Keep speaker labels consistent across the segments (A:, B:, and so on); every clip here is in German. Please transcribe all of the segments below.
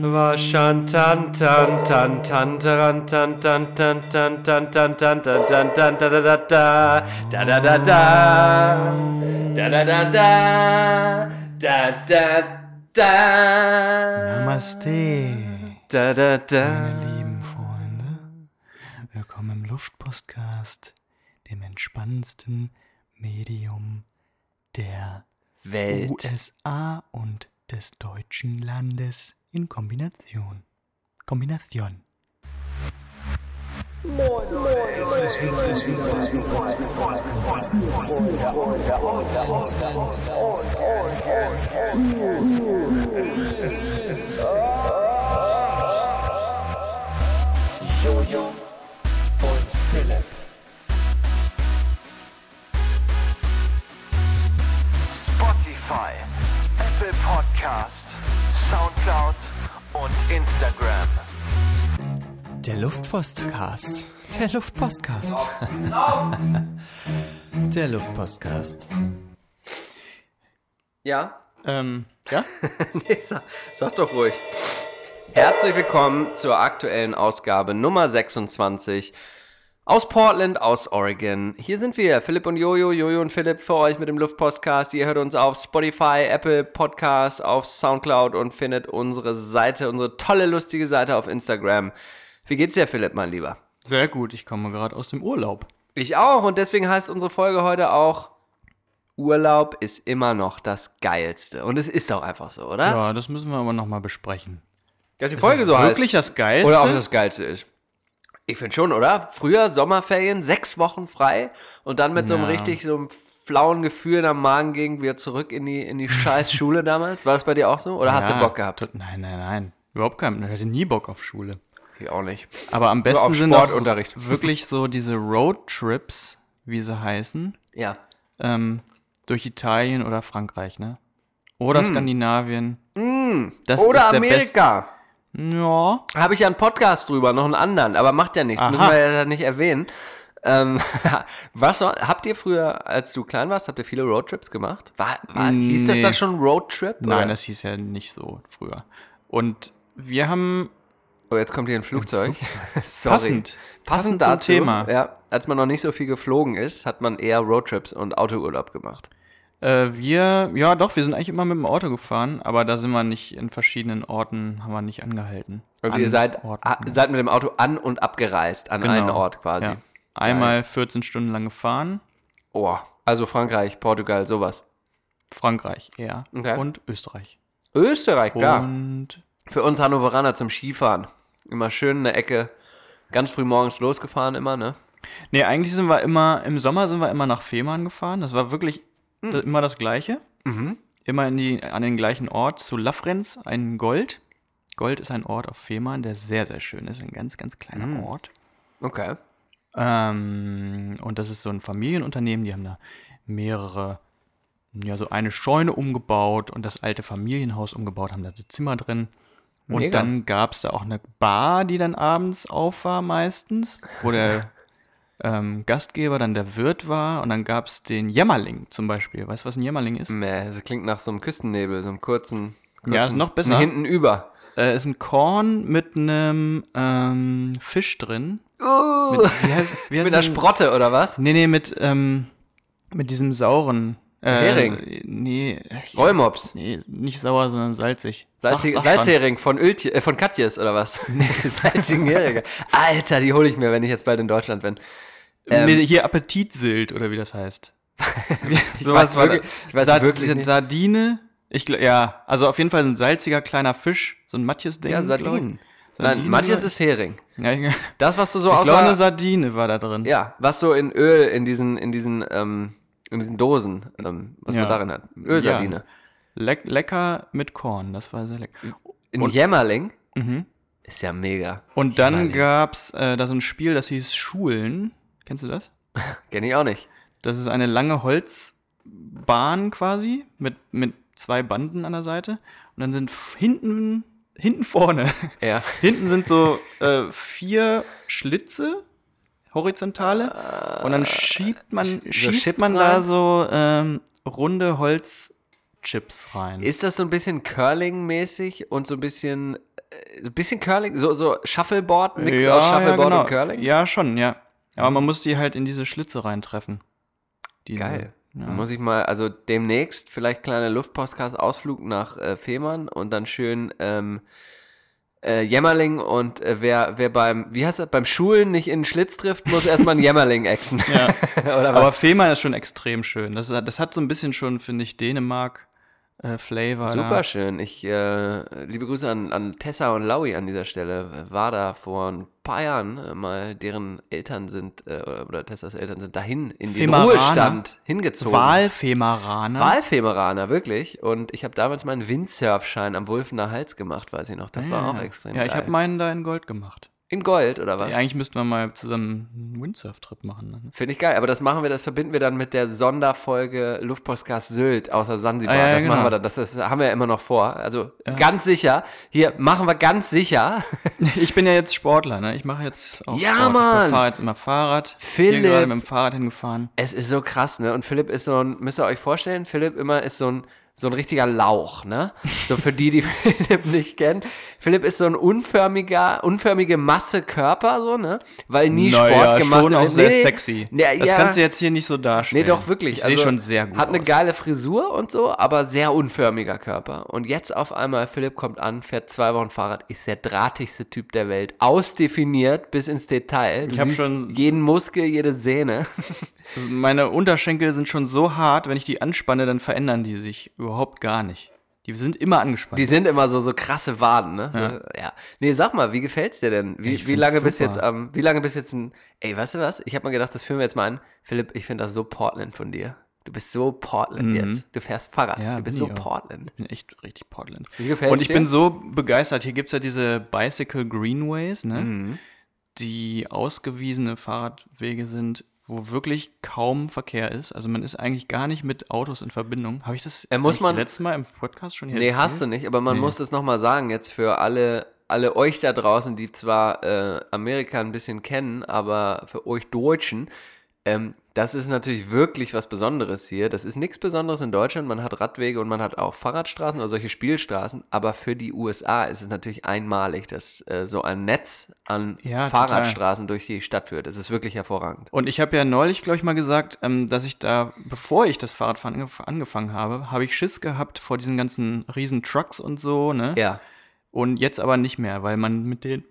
A: Vashantan. Vashantan, tan, tan, tan, taran, tan, tan, tan, tan, tan, tan, tan, tan, tan, tan, da, da, da, da, da, da, da, da, da, da, da, da, da, da, da.
B: Namaste,
A: Da, da,
B: meine
A: da.
B: lieben Freunde. Willkommen im Luftpostcast, dem entspannendsten Medium der
A: Welt.
B: USA und des deutschen Landes in Kombination. Kombination.
C: Jojo und Philipp.
D: Spotify, Apple Podcast, Soundcloud und Instagram.
C: Der Luftpostcast. Der Luftpostcast. Der Luftpostcast.
A: Ja?
B: Ähm, ja?
A: Nee, sag, sag doch ruhig. Herzlich willkommen zur aktuellen Ausgabe Nummer 26 aus Portland, aus Oregon. Hier sind wir, Philipp und Jojo, Jojo und Philipp für euch mit dem Luftpostcast. Ihr hört uns auf Spotify, Apple Podcasts, auf Soundcloud und findet unsere Seite, unsere tolle, lustige Seite auf Instagram. Wie geht's dir, Philipp, mein Lieber?
B: Sehr gut, ich komme gerade aus dem Urlaub.
A: Ich auch und deswegen heißt unsere Folge heute auch Urlaub ist immer noch das Geilste. Und es ist auch einfach so, oder?
B: Ja, das müssen wir aber nochmal besprechen.
A: Dass die
B: Ist es wirklich das Geilste?
A: Oder ob das Geilste ist. Ich finde schon, oder? Früher Sommerferien, sechs Wochen frei und dann mit so einem
B: Ja.
A: richtig so einem flauen Gefühl in am Magen ging wieder zurück in die, in die scheiß Schule damals. War das bei dir auch so? Oder hast du
B: Ja,
A: Bock gehabt?
B: tot- Nein, nein, nein. Überhaupt keinen. Ich hatte nie Bock auf Schule.
A: Ich auch nicht.
B: Aber am besten
A: auf
B: sind auch so-
A: Sportunterricht.
B: wirklich so diese Roadtrips, wie sie heißen,
A: Ja.
B: ähm, durch Italien oder Frankreich, ne? Oder Skandinavien. Das
A: Mm. Oder
B: ist der
A: Amerika.
B: Best ja.
A: Habe ich ja einen Podcast drüber, noch einen anderen, aber macht ja nichts,
B: Aha.
A: müssen wir ja nicht erwähnen. Ähm, was noch, habt ihr früher, als du klein warst, habt ihr viele Roadtrips gemacht? War, war, Hieß das
B: Nee.
A: dann schon Roadtrip?
B: Nein,
A: oder?
B: das hieß ja nicht so früher. Und wir haben
A: Oh, jetzt kommt hier ein Flugzeug. Sorry.
B: passend.
A: Passend
B: Passend zum
A: dazu,
B: Thema.
A: Ja, als man noch nicht so viel geflogen ist, hat man eher Roadtrips und Autourlaub gemacht.
B: Äh, wir, ja doch, wir sind eigentlich immer mit dem Auto gefahren, aber da sind wir nicht in verschiedenen Orten, haben wir nicht angehalten.
A: Also
B: An
A: ihr seid,
B: Orten,
A: a,
B: ja. Genau.
A: seid mit dem Auto an und abgereist, an einen Ort quasi.
B: Ja. Einmal 14 Stunden lang gefahren,
A: Oh, also Frankreich, Portugal, sowas.
B: Frankreich eher
A: Okay.
B: und Österreich.
A: Österreich, klar.
B: Und
A: Für uns Hannoveraner zum Skifahren. Immer schön in der Ecke, ganz früh morgens losgefahren immer, ne?
B: nee, eigentlich sind wir immer im Sommer sind wir immer nach Fehmarn gefahren. Das war wirklich
A: Hm.
B: da- immer das Gleiche.
A: Mhm.
B: Immer in die, an den gleichen Ort zu Lafrenz, ein Gold. Gold ist ein Ort auf Fehmarn, der sehr sehr schön ist, ein ganz ganz kleiner
A: Hm.
B: Ort.
A: Okay.
B: Ähm, und das ist so ein Familienunternehmen, die haben da mehrere, ja, so eine Scheune umgebaut und das alte Familienhaus umgebaut, haben da so Zimmer drin. Und
A: Mega.
B: dann gab es da auch eine Bar, die dann abends auf war meistens, wo der ähm, Gastgeber dann der Wirt war und dann gab es den Jämmerling zum Beispiel. Weißt du, was ein Jämmerling ist?
A: Mäh, das klingt nach so einem Küstennebel, so einem kurzen. kurzen
B: Ja, ist noch besser.
A: Hinten über.
B: Äh, ist ein Korn mit einem ähm, Fisch drin. Mit, wie heißt, wie heißt
A: Oh. Mit einer
B: denn-
A: Sprotte oder was?
B: Nee, nee, mit, ähm, mit diesem sauren. Äh,
A: Hering.
B: Nee. ich-
A: Rollmops.
B: Nee, nicht sauer, sondern salzig.
A: Salzig,
B: Sag- sag schon.
A: Salzhering von, Öltje, äh, von Katjes oder was? Nee, salzigen Heringe. Alter, die hole ich mir, wenn ich jetzt bald in Deutschland bin. Ähm,
B: nee, hier Appetitsilt oder wie das heißt. Wie-
A: weiß
B: war
A: wirklich-
B: das.
A: ich weiß
B: Sa-
A: wirklich
B: diese
A: nicht.
B: Sardine. Ich, gl- ja, also auf jeden Fall so ein salziger kleiner Fisch, so ein Matjes-Ding.
A: Ja,
B: glaub ich.
A: Sardinen. Nein,
B: Sardinen,
A: Matjes
B: glaub
A: ist Hering.
B: ich. Ja, ich
A: Das, was du so
B: ich glaube, eine
A: aussah,
B: Sardine war da drin.
A: ja, was so in Öl, in diesen, in diesen, ähm, in diesen Dosen, ähm, was
B: Ja.
A: man darin hat. Ölsardine.
B: Leck, lecker mit Korn, das war sehr lecker.
A: In
B: Und- Mhm.
A: Jämmerling. Ist ja mega.
B: Und dann
A: Jämmerling.
B: gab's äh, da so ein Spiel, das hieß Schulen. Kennst du das?
A: Kenn ich auch nicht.
B: Das ist eine lange Holzbahn quasi mit, mit zwei Banden an der Seite. Und dann sind f- hinten, hinten vorne,
A: Ja.
B: hinten sind so äh, vier Schlitze, horizontale. Und dann schiebt man, schießt
A: Chips
B: man da
A: rein?
B: so ähm, runde Holzchips rein.
A: Ist das so ein bisschen Curling-mäßig und so ein bisschen, äh, ein bisschen Curling, so, so Shuffleboard, Mix aus Shuffleboard
B: genau.
A: und Curling? Mhm.
B: Ja, schon, ja. Aber man muss die halt in diese Schlitze reintreffen. Diese-
A: Geil.
B: Ja.
A: Muss ich mal, also demnächst vielleicht kleiner Luftpostcast-Ausflug nach äh, Fehmarn und dann schön ähm, äh, Jämmerling und äh, wer, wer beim, wie heißt das, beim Schulen nicht in den Schlitz trifft, muss erstmal einen Jämmerling exen.
B: Ja.
A: Oder
B: Aber
A: was?
B: Fehmarn ist schon extrem schön. Das, hat- das hat so ein bisschen schon, finde ich, äh, Dänemark-Flavor.
A: Super schön. Ich, äh, liebe Grüße an, an Tessa und Laui an dieser Stelle. War da vor ein paar Jahren äh, mal, deren Eltern sind, äh, oder Tessas Eltern sind dahin in den
B: Femaraner.
A: Ruhestand hingezogen.
B: Walfemaraner.
A: Walfemeraner, wirklich. Und ich habe damals meinen Windsurfschein am Wulfener Hals gemacht, weiß ich noch. Das war auch extrem
B: Ah. Ja, ich
A: geil.
B: habe meinen da in Gold gemacht.
A: In Gold, oder was?
B: Ja, eigentlich müssten wir mal zusammen einen Windsurf-Trip machen. Ne?
A: Finde ich geil. Aber das machen wir, das verbinden wir dann mit der Sonderfolge Luftpostcast Sylt außer Sansibar.
B: Ah, ja,
A: das
B: genau.
A: machen wir dann. Das, das haben wir ja immer noch vor. Also ganz sicher. Hier machen wir ganz sicher.
B: Ich bin ja jetzt Sportler, ne? Ich mache jetzt auch
A: Ja,
B: Sport.
A: Mann!
B: Ich fahre jetzt immer Fahrrad.
A: Philipp!
B: Hier gerade mit dem Fahrrad hingefahren.
A: Es ist so krass, ne? Und Philipp ist so ein, müsst ihr euch vorstellen, Philipp immer ist so ein, so ein richtiger Lauch, ne? So für die, die Philipp nicht kennen. Philipp ist so ein unförmiger, unförmige Masse Körper, so, ne? Weil nie Sport gemacht
B: schon
A: und-
B: auch sehr
A: nee,
B: sexy.
A: Nee,
B: das
A: ja,
B: kannst du jetzt hier nicht so darstellen.
A: Nee, doch wirklich.
B: Ich sehe
A: Also,
B: schon sehr gut
A: Hat eine
B: aus.
A: geile Frisur und so, aber sehr unförmiger Körper. Und jetzt auf einmal, Philipp kommt an, fährt zwei Wochen Fahrrad, ist der drahtigste Typ der Welt. Ausdefiniert bis ins Detail. Du
B: Ich hab
A: siehst
B: schon-
A: jeden Muskel, jede Sehne.
B: Also Meine Unterschenkel sind schon so hart, wenn ich die anspanne, dann verändern die sich überhaupt gar nicht. Die sind immer angespannt.
A: Die sind immer so, so krasse Waden, ne? So, ja. Nee, sag mal, wie gefällt's dir denn? Wie,
B: Ich
A: wie
B: find's
A: lange bist
B: super.
A: jetzt am, wie lange bist jetzt ein, ey, weißt du was? Ich habe mal gedacht, das führen wir jetzt mal an. Philipp, ich finde das so Portland von dir. Du bist so Portland jetzt. Du fährst Fahrrad.
B: Mhm. Ja,
A: du bist so
B: bin ich auch.
A: Portland.
B: Ich bin echt richtig Portland.
A: Wie gefällt's
B: Und ich
A: dir?
B: bin so begeistert. Hier gibt es ja diese Bicycle Greenways, ne?
A: Mhm.
B: die ausgewiesene Fahrradwege sind, wo wirklich kaum Verkehr ist. Also man ist eigentlich gar nicht mit Autos in Verbindung. Habe ich das
A: Äh, muss
B: eigentlich
A: man-
B: letztes Mal im Podcast schon hier
A: Nee, hast du nicht, aber man muss das nochmal sagen jetzt für alle, alle euch da draußen, die zwar äh, Amerika ein bisschen kennen, aber für euch Deutschen, ähm, das ist natürlich wirklich was Besonderes hier. Das ist nichts Besonderes in Deutschland. Man hat Radwege und man hat auch Fahrradstraßen oder solche Spielstraßen, aber für die USA ist es natürlich einmalig, dass äh, so ein Netz an
B: Ja, total.
A: Fahrradstraßen durch die Stadt führt. Es ist wirklich hervorragend.
B: Und ich habe ja neulich, glaube ich, mal gesagt, ähm, dass ich da, bevor ich das Fahrradfahren angef- angefangen habe, habe ich Schiss gehabt vor diesen ganzen riesen Trucks und so, ne?
A: Ja.
B: Und jetzt aber nicht mehr, weil man mit denen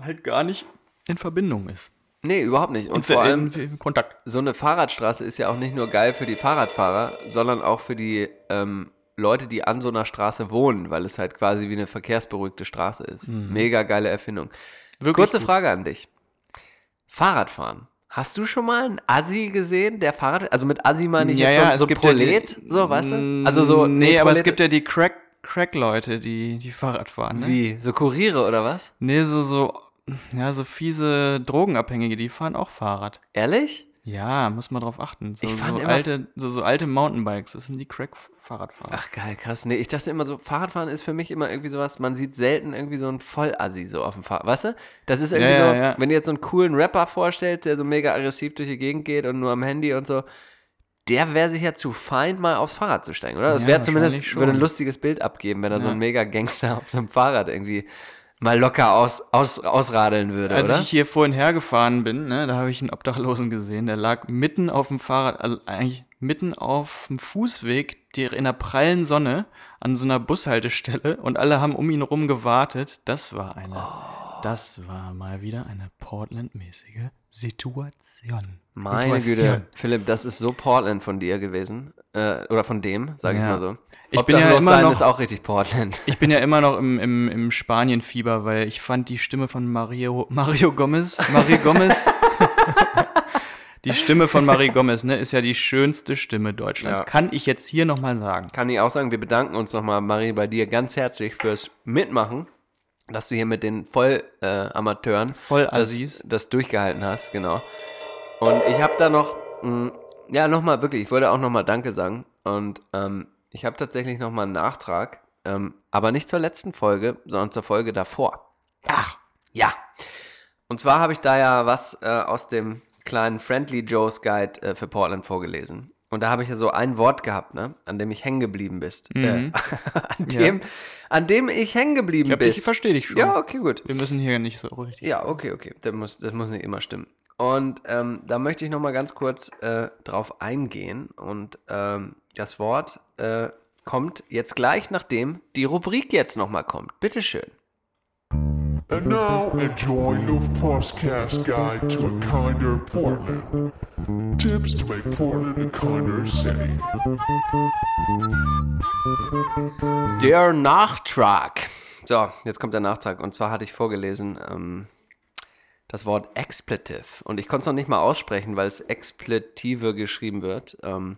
B: halt gar nicht in Verbindung ist.
A: Nee, überhaupt nicht. Und,
B: in-
A: vor allem.
B: in, in Kontakt.
A: so eine Fahrradstraße ist ja auch nicht nur geil für die Fahrradfahrer, sondern auch für die ähm, Leute, die an so einer Straße wohnen, weil es halt quasi wie eine verkehrsberuhigte Straße ist.
B: Mhm.
A: Mega geile Erfindung. Kurze Frage an dich. Fahrradfahren. Hast du schon mal einen Assi gesehen, der Fahrrad, also mit Assi meine ich jetzt so, so Prolet,
B: ja die,
A: so, weißt du?
B: Mm,
A: Also so,
B: Nee, aber es
A: Prolet-
B: gibt ja die Crack, Crack-Leute, die, die Fahrrad fahren. Ne?
A: wie, so Kuriere oder was?
B: Nee, so, so, ja, so fiese Drogenabhängige, die fahren auch Fahrrad.
A: Ehrlich?
B: Ja, muss man drauf achten. So,
A: Ich fand
B: so,
A: immer-
B: alte, so, so alte Mountainbikes, das sind die Crack-Fahrradfahrer.
A: Ach geil, krass. Nee, ich dachte immer so, Fahrradfahren ist für mich immer irgendwie sowas, man sieht selten irgendwie so einen Vollassi so auf dem Fahrrad. Weißt du? Das ist irgendwie
B: Ja,
A: so,
B: ja, ja.
A: wenn ihr jetzt so einen coolen Rapper vorstellt, der so mega aggressiv durch die Gegend geht und nur am Handy und so, der wäre sich ja zu fein, mal aufs Fahrrad zu steigen, oder? Das
B: Ja,
A: wäre zumindest,
B: wahrscheinlich schon.
A: würde ein lustiges Bild abgeben, wenn er so
B: Ja.
A: ein mega Gangster auf so einem Fahrrad irgendwie mal locker aus, aus, ausradeln würde,
B: Als
A: oder?
B: also ich hier vorhin hergefahren bin, ne, da habe ich einen Obdachlosen gesehen, der lag mitten auf dem Fahrrad, also eigentlich mitten auf dem Fußweg, der in der prallen Sonne an so einer Bushaltestelle und alle haben um ihn rum gewartet. Das war eine, das war mal wieder eine Portland-mäßige Situation.
A: Meine Güte, Philipp, das ist so Portland von dir gewesen. Äh, oder von dem, sage ich
B: Ja.
A: mal so.
B: Ich bin ja
A: Obdachlos
B: immer
A: sein
B: noch-
A: ist auch richtig Portland.
B: Ich bin ja immer noch im, im, im Spanien-Fieber, weil ich fand die Stimme von Mario, Mario Gomez, Mario Gomez, die Stimme von Mario Gomez, ne, ist ja die schönste Stimme Deutschlands.
A: Ja.
B: Kann ich jetzt hier nochmal sagen.
A: kann ich auch sagen, wir bedanken uns nochmal, Marie, bei dir ganz herzlich fürs Mitmachen, dass du hier mit den Vollamateuren äh,
B: Vollassis.
A: das, das durchgehalten hast, genau. Und ich habe da noch, mh, ja, nochmal wirklich, ich wollte auch nochmal Danke sagen. Und ähm, ich habe tatsächlich nochmal einen Nachtrag, ähm, aber nicht zur letzten Folge, sondern zur Folge davor. Ach, ja. Und zwar habe ich da ja was äh, aus dem kleinen Friendly Joe's Guide äh, für Portland vorgelesen. Und da habe ich ja so ein Wort gehabt, ne? An dem ich hängen geblieben bist. Äh, an, dem, an dem ich hängen geblieben
B: Mhm. Ich, hab dich-
A: bist.
B: ich verstehe dich schon.
A: Ja, okay, gut.
B: Wir müssen hier nicht so richtig.
A: Ja, okay, okay. Das muss, das muss nicht immer stimmen. Und ähm, da möchte ich nochmal ganz kurz äh, drauf eingehen. Und ähm, das Wort äh, kommt jetzt gleich, nachdem die Rubrik jetzt nochmal kommt. Bitteschön.
E: And now enjoy Luf Postcast Guide to a Kinder Portland. Tips to make Portland a kinder city.
A: Der Nachtrag. So, jetzt kommt der Nachtrag. Und zwar hatte ich vorgelesen ähm, das Wort Expletive. Und ich konnte es noch nicht mal aussprechen, weil es Expletive geschrieben wird. Ähm,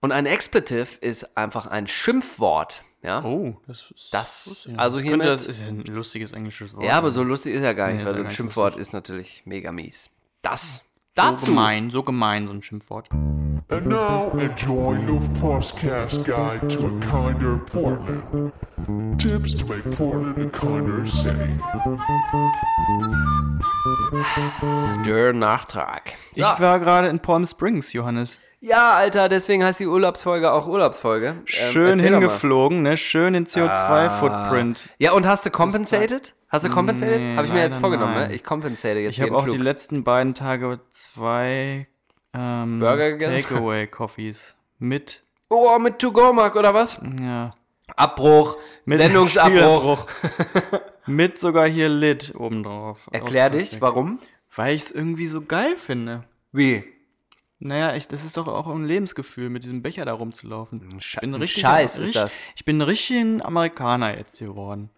A: und ein Expletive ist einfach ein Schimpfwort. Ja?
B: Oh, das ist.
A: Das,
B: ja.
A: also
B: Ich
A: hiermit,
B: könnte, das ist ja ein lustiges englisches Wort.
A: ja, aber so lustig ist ja gar nicht,
B: Nee, ist
A: weil
B: ja
A: so ein
B: gar nicht
A: Schimpfwort ist natürlich mega mies. Das
B: So
A: dazu.
B: gemein, so gemein, so ein Schimpfwort.
E: And now enjoy Luf Postcast Guide to a Kinder Portland. Tips to make Portland a kinder city.
A: Der Nachtrag. So.
B: Ich war gerade in Palm Springs, Johannes.
A: Ja, Alter, deswegen heißt die Urlaubsfolge auch Urlaubsfolge. Ähm,
B: Schön
A: erzähl doch mal.
B: hingeflogen, ne? Schön den CO2-Footprint.
A: Ja, und hast du compensated? Hast du compensated?
B: Nee,
A: Habe ich mir jetzt
B: leider
A: vorgenommen,
B: nein.
A: ne? Ich compensate jetzt
B: Ich
A: jeden
B: habe auch
A: Flug.
B: die letzten beiden Tage zwei ähm,
A: Burger gegessen?
B: Takeaway-Coffees mit.
A: oh, mit To-Go-Mark oder was?
B: Ja.
A: Abbruch,
B: Hm. Mit
A: Sendungsabbruch.
B: Spielabbruch. mit sogar hier Lit obendrauf.
A: Erklär
B: Aus
A: dich,
B: Plastik.
A: warum?
B: Weil ich es irgendwie so geil finde.
A: Wie?
B: Naja, ich, das ist doch auch ein Lebensgefühl, mit diesem Becher da rumzulaufen. Ich
A: Sche- ein Scheiß ist
B: richtig,
A: das.
B: Ich bin richtig ein Amerikaner jetzt geworden.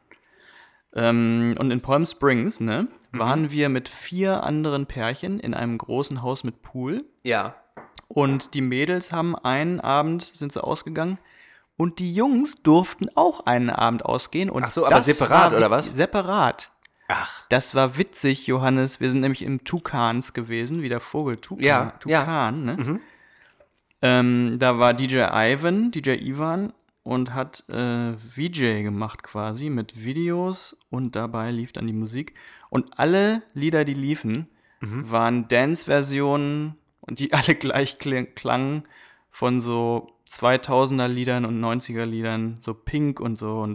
B: Ähm, und in Palm Springs, ne,
A: Mhm.
B: waren wir mit vier anderen Pärchen in einem großen Haus mit Pool.
A: Ja.
B: Und die Mädels haben einen Abend, sind sie ausgegangen. Und die Jungs durften auch einen Abend ausgehen. Und
A: Ach so, aber
B: das
A: separat,
B: war
A: oder
B: witz-
A: was?
B: Separat.
A: Ach.
B: Das war witzig, Johannes. Wir sind nämlich im Tukans gewesen, wie der Vogel Tukan.
A: Ja, Mhm.
B: Tukan Ne? Ähm, da war DJ Ivan, DJ Ivan, und hat äh, VJ gemacht quasi mit Videos und dabei lief dann die Musik. Und alle Lieder, die liefen,
A: Mhm.
B: waren Dance-Versionen und die alle gleich kling- klangen von so 2000er Liedern und 90er Liedern, so Pink und so und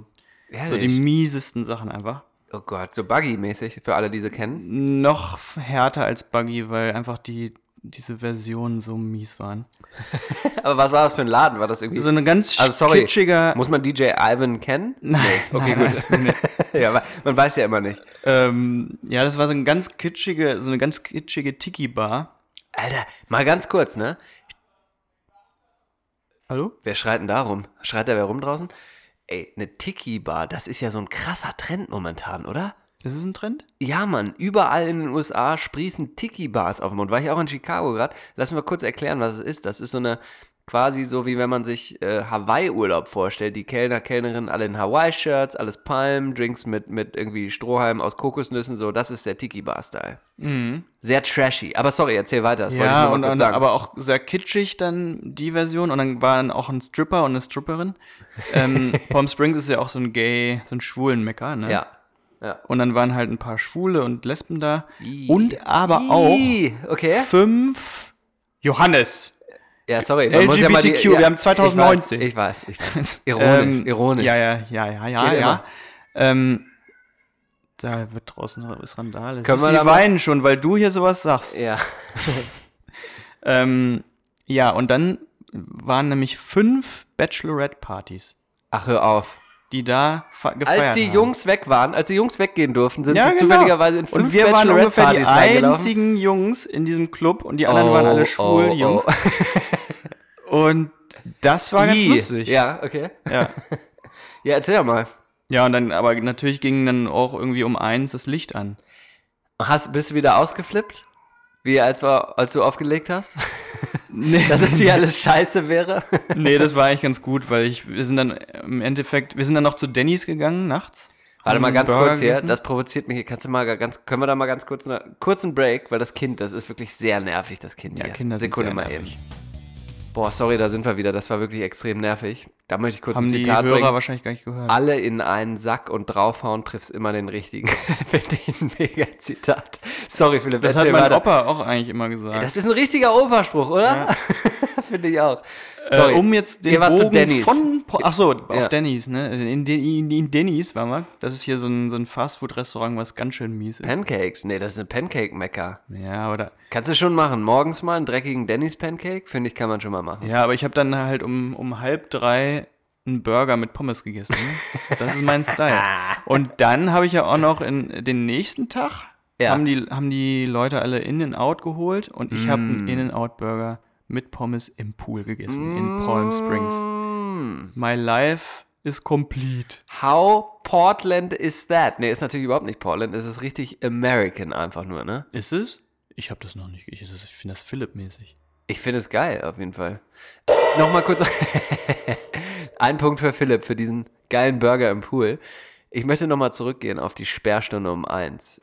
B: so die
A: Ehrlich?
B: miesesten Sachen einfach
A: oh Gott, so Buggy-mäßig, für alle, die sie kennen.
B: noch härter als Buggy, weil einfach die diese Versionen so mies waren.
A: Aber was war das für ein Laden? War das irgendwie...
B: So eine ganz
A: also sorry,
B: kitschiger
A: muss man DJ Ivan kennen? Nein. Nee. Okay, gut. ja, aber man weiß ja immer nicht.
B: ähm, ja, das war so eine ganz kitschige, so eine ganz kitschige Tiki Bar.
A: Alter, mal ganz kurz, ne?
B: Hallo?
A: Wer schreit denn da rum? Schreit da wer rum draußen? Ey, eine Tiki-Bar, das ist ja so ein krasser Trend momentan, oder?
B: Ist es ein Trend?
A: Ja, Mann, überall in den USA sprießen Tiki-Bars auf dem Mund. War ich auch in Chicago gerade. Lass mir kurz erklären, was es ist. Das ist so eine, quasi so wie wenn man sich äh, Hawaii-Urlaub vorstellt. Die Kellner, Kellnerinnen alle in Hawaii-Shirts, alles Palm, Drinks mit, mit irgendwie Strohhalm aus Kokosnüssen, so. Das ist der Tiki-Bar-Style. Sehr trashy. Aber sorry, erzähl weiter. Das wollte ich
B: Mhm. ja,
A: nur mal
B: und,
A: kurz
B: und,
A: sagen.
B: aber auch sehr kitschig dann die Version. Und dann waren auch ein Stripper und eine Stripperin. Ähm, Palm Springs ist ja auch so ein Gay, so ein schwulen Mecker, ne?
A: ja.
B: Und dann waren halt ein paar Schwule und Lesben da. Und aber auch
A: Ih, Okay.
B: fünf Johannes.
A: Ja, sorry. man muss ja mal die-
B: LGBTQ, wir haben 2019.
A: Ich weiß, ich weiß. Ich weiß. Ironisch,
B: Ähm,
A: ironisch.
B: Ja, ja, ja, ja, ja,
A: Geht
B: ja.
A: immer.
B: Ähm, da wird draußen was Randale.
A: Können
B: Können
A: wir
B: wir
A: da
B: die
A: mal-
B: weinen schon, weil du hier sowas sagst. Ja.
A: ja.
B: Ähm, ja, und dann waren nämlich fünf Bachelorette-Partys,
A: Ach, hör auf.
B: die da fe- gefeiert
A: Als die
B: haben.
A: Jungs weg waren, als die Jungs weggehen durften, sind
B: ja,
A: sie
B: genau.
A: zufälligerweise in fünf
B: Und wir waren ungefähr die
A: Bachelorette-Partys reingelaufen. Oh,
B: einzigen Jungs in diesem Club und die anderen waren alle schwul, die Jungs. Und das war ganz
A: Ih.
B: lustig.
A: Ja, okay.
B: ja.
A: Ja, erzähl doch mal.
B: Ja, und dann, aber natürlich ging dann auch irgendwie um eins das Licht an.
A: Hast, bist du wieder ausgeflippt? Wie als, wir, als du aufgelegt hast?
B: Nee,
A: Dass es hier alles scheiße wäre?
B: nee, das war eigentlich ganz gut, weil ich, wir sind dann im Endeffekt, wir sind dann noch zu Denny's gegangen nachts.
A: Warte
B: Haben
A: mal ganz
B: Burger
A: kurz hier,
B: gegessen.
A: das provoziert mich hier. Kannst du mal ga- ganz, können wir da mal ganz kurz einen kurzen Break, weil das Kind, das ist wirklich sehr nervig, das Kind
B: Ja,
A: hier.
B: Kinder sind
A: Sekunde
B: sehr
A: mal
B: nervig.
A: eben. Boah, sorry, da sind wir wieder. Das war wirklich extrem nervig. Da möchte ich kurz
B: haben
A: ein
B: die
A: Zitat
B: Hörer
A: bringen. Ah,
B: wahrscheinlich gar nicht gehört.
A: Alle in einen Sack und draufhauen, triffst immer den richtigen. Finde ich ein mega Zitat. Sorry, Philipp,
B: das hat
A: erzähl
B: mein
A: weiter.
B: Opa auch eigentlich immer gesagt.
A: Das ist ein richtiger Operspruch, oder?
B: Ja.
A: Finde ich auch.
B: Äh, um jetzt den
A: Ihr wart zu
B: Bogen
A: Denny's.
B: von... Po- Ach so, auf
A: Ja.
B: Denny's, ne? In, in, in Denny's waren wir. Das ist hier so ein, so ein Fastfood-Restaurant, was ganz schön mies ist.
A: Pancakes. Nee, das ist eine Pancake-Mecker.
B: Ja, aber da,
A: Kannst du schon machen. Morgens mal einen dreckigen Denny's Pancake, finde ich, kann man schon mal machen.
B: ja, aber ich habe dann halt um, um halb drei einen Burger mit Pommes gegessen. Ne? Das ist mein Style. Und dann habe ich ja auch noch in, den nächsten Tag
A: Ja.
B: haben, die, haben die Leute alle In-N-Out geholt und ich habe einen In-N-Out-Burger mit Pommes im Pool gegessen, in Palm Springs.
A: Mm.
B: My life is complete.
A: How Portland is that? Nee, ist natürlich überhaupt nicht Portland. Es ist richtig American einfach nur, ne?
B: Ist es? Ich habe das noch nicht. Ich, das- ich finde das Philipp-mäßig.
A: Ich finde es geil, auf jeden Fall. Nochmal kurz. Ein Punkt für Philipp, für diesen geilen Burger im Pool. Ich möchte nochmal zurückgehen auf die Sperrstunde um eins.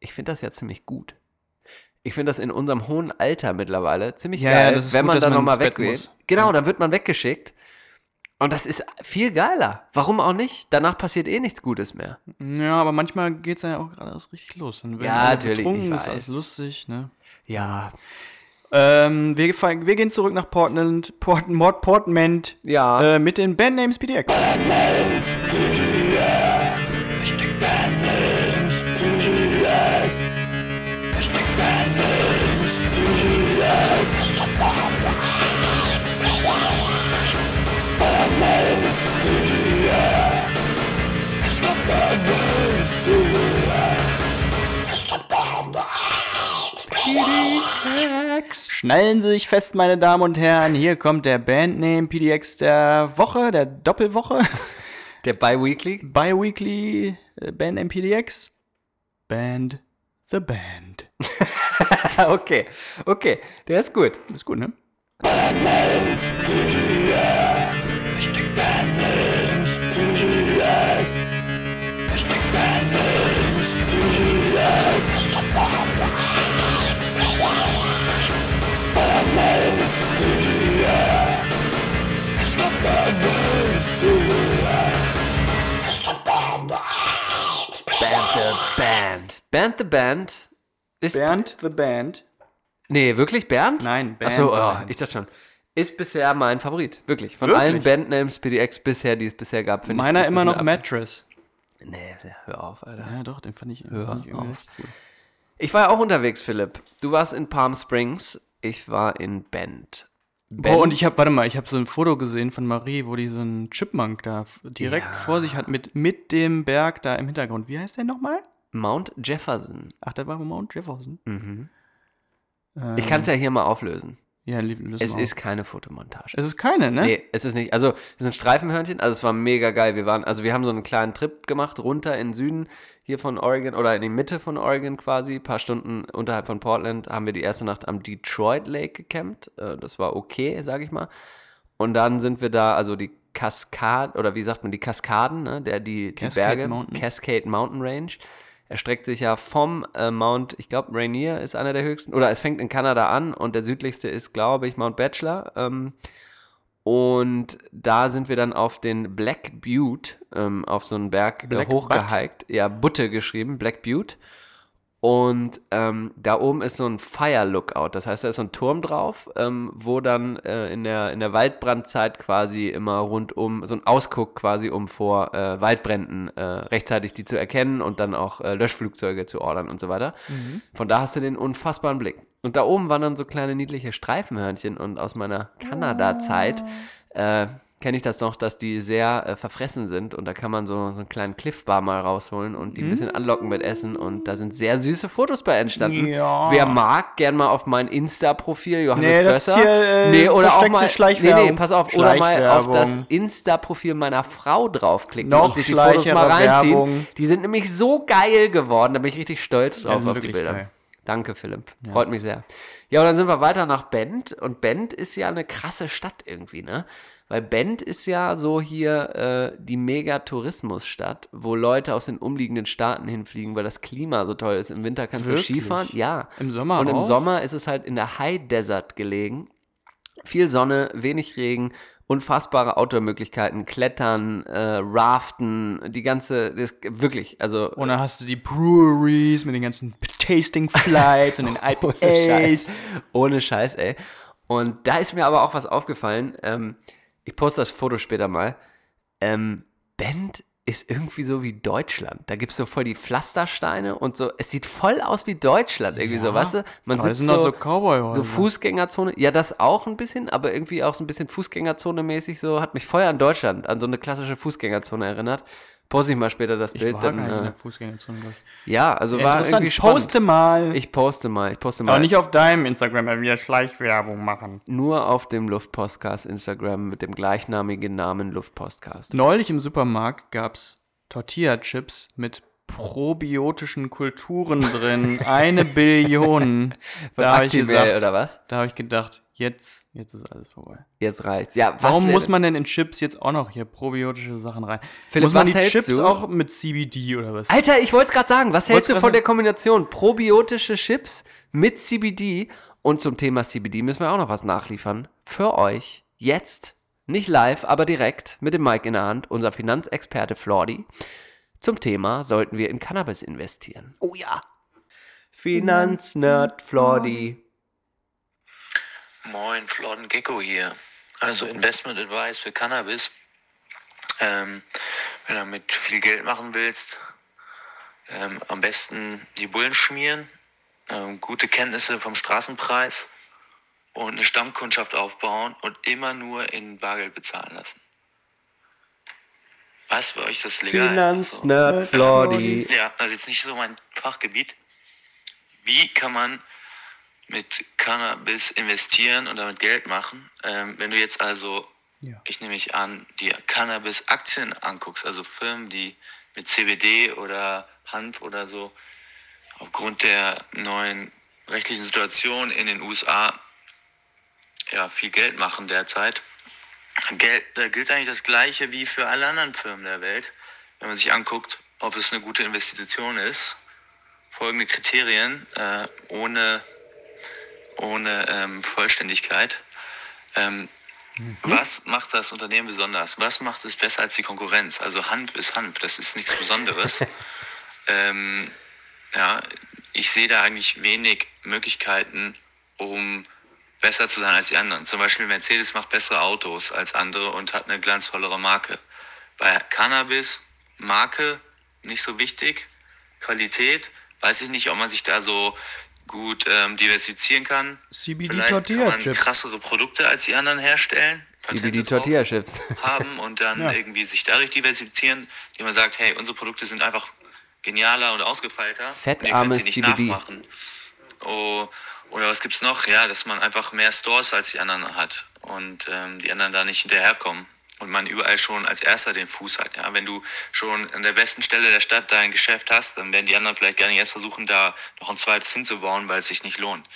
A: Ich finde das ja ziemlich gut. Ich finde das in unserem hohen Alter mittlerweile ziemlich
B: Ja, ja,
A: geil,
B: das ist
A: wenn
B: gut,
A: man
B: dass
A: dann
B: man
A: nochmal
B: ins Bett
A: weggeht.
B: muss.
A: Genau, dann wird man weggeschickt. Und das ist viel geiler. Warum auch nicht? Danach passiert eh nichts Gutes mehr.
B: Ja, aber manchmal geht's dann ja auch gerade erst richtig los. Dann
A: Ja,
B: alle
A: natürlich, ich
B: betrunken, ist
A: weiß.
B: alles lustig, ne?
A: Ja.
B: Ähm, wir, gefa- wir gehen zurück nach Portland, Port, Mord, Portland
A: Ja.
B: äh, mit den Bandnames PDX. Schnallen Sie sich fest, meine Damen und Herren. Hier kommt der Bandname PDX der Woche, der Doppelwoche.
A: Der Bi-Weekly?
B: Bi-Weekly äh, Bandname PDX. Band The Band.
A: okay. Okay. Der ist gut.
B: Ist gut, ne?
A: Band the Band. Band the Band ist.
B: Bernd The Band.
A: Nee, wirklich Bernd?
B: Nein,
A: Band.
B: Band
A: Achso,
B: the
A: oh,
B: Band.
A: ich dachte schon. Ist bisher mein Favorit. Wirklich. Von
B: Wirklich?
A: allen Bandnames PDX bisher, die es bisher gab, finde ich.
B: Meiner
A: ist das
B: immer noch
A: eine Ab-
B: Mattress.
A: Nee, hör auf, Alter.
B: Ja, doch, den fand ich,
A: Hör
B: fand ich irgendwie
A: auf.
B: richtig gut.
A: Ich war ja auch unterwegs, Philipp. Du warst in Palm Springs. Ich war in Bend.
B: Boah, und ich habe, warte mal, ich habe so ein Foto gesehen von Marie, wo die so einen Chipmunk da f- direkt vor sich hat mit, mit dem Berg da im Hintergrund. Wie heißt der nochmal?
A: Mount Jefferson.
B: Ach, der war Mount Jefferson.
A: Hm. Ich kann es ja hier mal auflösen.
B: Ja, lieb, lösen
A: Es
B: wir
A: ist
B: auf.
A: keine Fotomontage.
B: es ist keine, ne?
A: Nee, es ist nicht. Also, es sind Streifenhörnchen. Also, es war mega geil. Wir waren, also, wir haben so einen kleinen Trip gemacht, runter in den Süden, hier von Oregon oder in die Mitte von Oregon quasi. Ein paar Stunden unterhalb von Portland haben wir die erste Nacht am Detroit Lake gecampt. Äh, Das war okay, sag ich mal. Und dann sind wir da, also die Kaskad, oder wie sagt man, die Kaskaden, ne? der, die, die
B: Cascade
A: Berge,
B: Mountains.
A: Cascade Mountain Range. Erstreckt sich ja vom äh, Mount, ich glaube, Rainier ist einer der höchsten, oder es fängt in Kanada an und der südlichste ist, glaube ich, Mount Bachelor. Ähm, und da sind wir dann auf den Black Butte, ähm, auf so einen Berg äh,
B: Black
A: hochgehiked. Ja, Butte geschrieben, Black Butte. Und ähm, da oben ist so ein Fire Lookout. Das heißt, da ist so ein Turm drauf, ähm, wo dann äh, in, der, in der Waldbrandzeit quasi immer rundum, so ein Ausguck quasi, um vor äh, Waldbränden äh, rechtzeitig die zu erkennen und dann auch äh, Löschflugzeuge zu ordern und so weiter. Von da hast du den unfassbaren Blick. Und da oben waren dann so kleine niedliche Streifenhörnchen und aus meiner Kanada-Zeit äh, kenne ich das noch, dass die sehr äh, verfressen sind und da kann man so, so einen kleinen Cliffbar mal rausholen und
B: Mhm.
A: die ein bisschen anlocken mit Essen und da sind sehr süße Fotos bei entstanden.
B: Ja.
A: Wer mag, gern mal auf mein Insta-Profil Johannes
B: Nee, das
A: Bösser.
B: ist hier, äh,
A: nee, oder auch
B: versteckte
A: mal,
B: Schleichwerbung.
A: Nee, nee, pass auf, oder mal auf
B: Schleichwerbung.
A: das Insta-Profil meiner Frau draufklicken
B: Noch
A: und sich die Fotos mal
B: schleichere
A: reinziehen.
B: Werbung.
A: Die sind nämlich so geil geworden, da bin ich richtig stolz drauf
B: sind
A: auf die
B: wirklich
A: Bilder.
B: geil.
A: Danke, Philipp. Freut mich sehr. Ja, und dann sind wir weiter nach Bend. Und Bend ist ja eine krasse Stadt irgendwie, ne? Weil Bend ist ja so hier äh, die Mega-Tourismusstadt, wo Leute aus den umliegenden Staaten hinfliegen, weil das Klima so toll ist. Im Winter kannst du
B: Wirklich?
A: Skifahren. Ja.
B: Im Sommer
A: Und im
B: auch?
A: Sommer ist es halt in der High Desert gelegen. Viel Sonne, wenig Regen, unfassbare Outdoor-Möglichkeiten, Klettern, äh, Raften, die ganze, das, wirklich, also
B: Und dann hast du die Breweries mit den ganzen Tasting Flights und den
A: Oh, Ohne Scheiß.
B: IPAs.
A: Ohne Scheiß, ey. Und da ist mir aber auch was aufgefallen. Ähm, ich poste das Foto später mal. Ähm, Bend ist irgendwie so wie Deutschland. Da gibt es so voll die Pflastersteine und so. Es sieht voll aus wie Deutschland irgendwie so, weißt du? Man
B: Aber das
A: sitzt
B: sind doch
A: so,
B: so Cowboy-Häuser.
A: so Fußgängerzone. Ja, das auch ein bisschen, aber irgendwie auch so ein bisschen Fußgängerzone mäßig so. Hat mich voll an Deutschland, an so eine klassische Fußgängerzone erinnert. Poste ich mal später das
B: Ich
A: Bild.
B: war
A: dann,
B: gar nicht in der
A: äh,
B: Fußgängerzone, glaub ich.
A: ja, also war
B: Interessant,
A: irgendwie spannend.
B: poste mal.
A: Ich poste mal, ich poste mal.
B: aber nicht auf deinem Instagram, weil wir Schleichwerbung machen.
A: nur auf dem Luftpostcast Instagram mit dem gleichnamigen Namen Luftpostcast.
B: Neulich im Supermarkt gab's Tortilla-Chips mit probiotischen Kulturen drin. Eine Billion. da habe ich
A: Actimel
B: gesagt,
A: oder was?
B: Da habe ich gedacht, jetzt, jetzt ist alles vorbei.
A: Jetzt reicht's. Ja, was
B: Warum
A: wär-
B: muss man denn in Chips jetzt auch noch hier probiotische Sachen rein?
A: Philipp,
B: muss man
A: was
B: die
A: hältst
B: Chips
A: du?
B: auch mit CBD oder was?
A: Alter, ich wollte es gerade sagen, was hältst du
B: grad
A: von der
B: sagen.
A: Kombination probiotische Chips mit CBD und zum Thema CBD müssen wir auch noch was nachliefern für euch jetzt nicht live, aber direkt mit dem Mike in der Hand, unser Finanzexperte Flordi. Zum Thema sollten wir in Cannabis investieren. Oh ja. Finanznerd Flordi.
F: Moin, Flodden Gecko hier. Also Investment Advice für Cannabis. Ähm, wenn du damit viel Geld machen willst, ähm, am besten die Bullen schmieren, ähm, gute Kenntnisse vom Straßenpreis und eine Stammkundschaft aufbauen und immer nur in Bargeld bezahlen lassen. Was für euch ist das legal? Also-
A: Finanznerd Flordi.
F: ja, also jetzt nicht so mein Fachgebiet. Wie kann man mit Cannabis investieren und damit Geld machen? Ähm, wenn du jetzt also,
B: Ja.
F: ich nehme mich an, dir Cannabis-Aktien anguckst, also Firmen, die mit CBD oder Hanf oder so aufgrund der neuen rechtlichen Situation in den USA ja, viel Geld machen derzeit. Geld, da gilt eigentlich das Gleiche wie für alle anderen Firmen der Welt. Wenn man sich anguckt, ob es eine gute Investition ist, folgende Kriterien äh, ohne, ohne ähm, Vollständigkeit. Ähm, Was macht das Unternehmen besonders? Was macht es besser als die Konkurrenz? Also Hanf ist Hanf, das ist nichts Besonderes. ähm, ja, ich sehe da eigentlich wenig Möglichkeiten, um besser zu sein als die anderen. Zum Beispiel Mercedes macht bessere Autos als andere und hat eine glanzvollere Marke. Bei Cannabis, Marke, nicht so wichtig. Qualität, weiß ich nicht, ob man sich da so gut ähm, diversifizieren kann.
B: CBD
F: Vielleicht kann man
B: Tortilla-Chips.
F: krassere Produkte als die anderen herstellen.
A: CBD
F: Patente drauf
A: Tortilla Chips.
F: haben und dann
B: Ja.
F: irgendwie sich dadurch diversifizieren, indem man sagt, hey, unsere Produkte sind einfach genialer und ausgefeilter.
A: Fettarmes
F: und ihr könnt sie nicht
A: CBD.
F: nachmachen. Oh, oder was gibt's noch? Ja, dass man einfach mehr Stores als die anderen hat und ähm, die anderen da nicht hinterherkommen. Und man überall schon als erster den Fuß hat. Ja, wenn du schon an der besten Stelle der Stadt dein Geschäft hast, dann werden die anderen vielleicht gar nicht erst versuchen, da noch ein zweites hinzubauen, weil es sich nicht lohnt.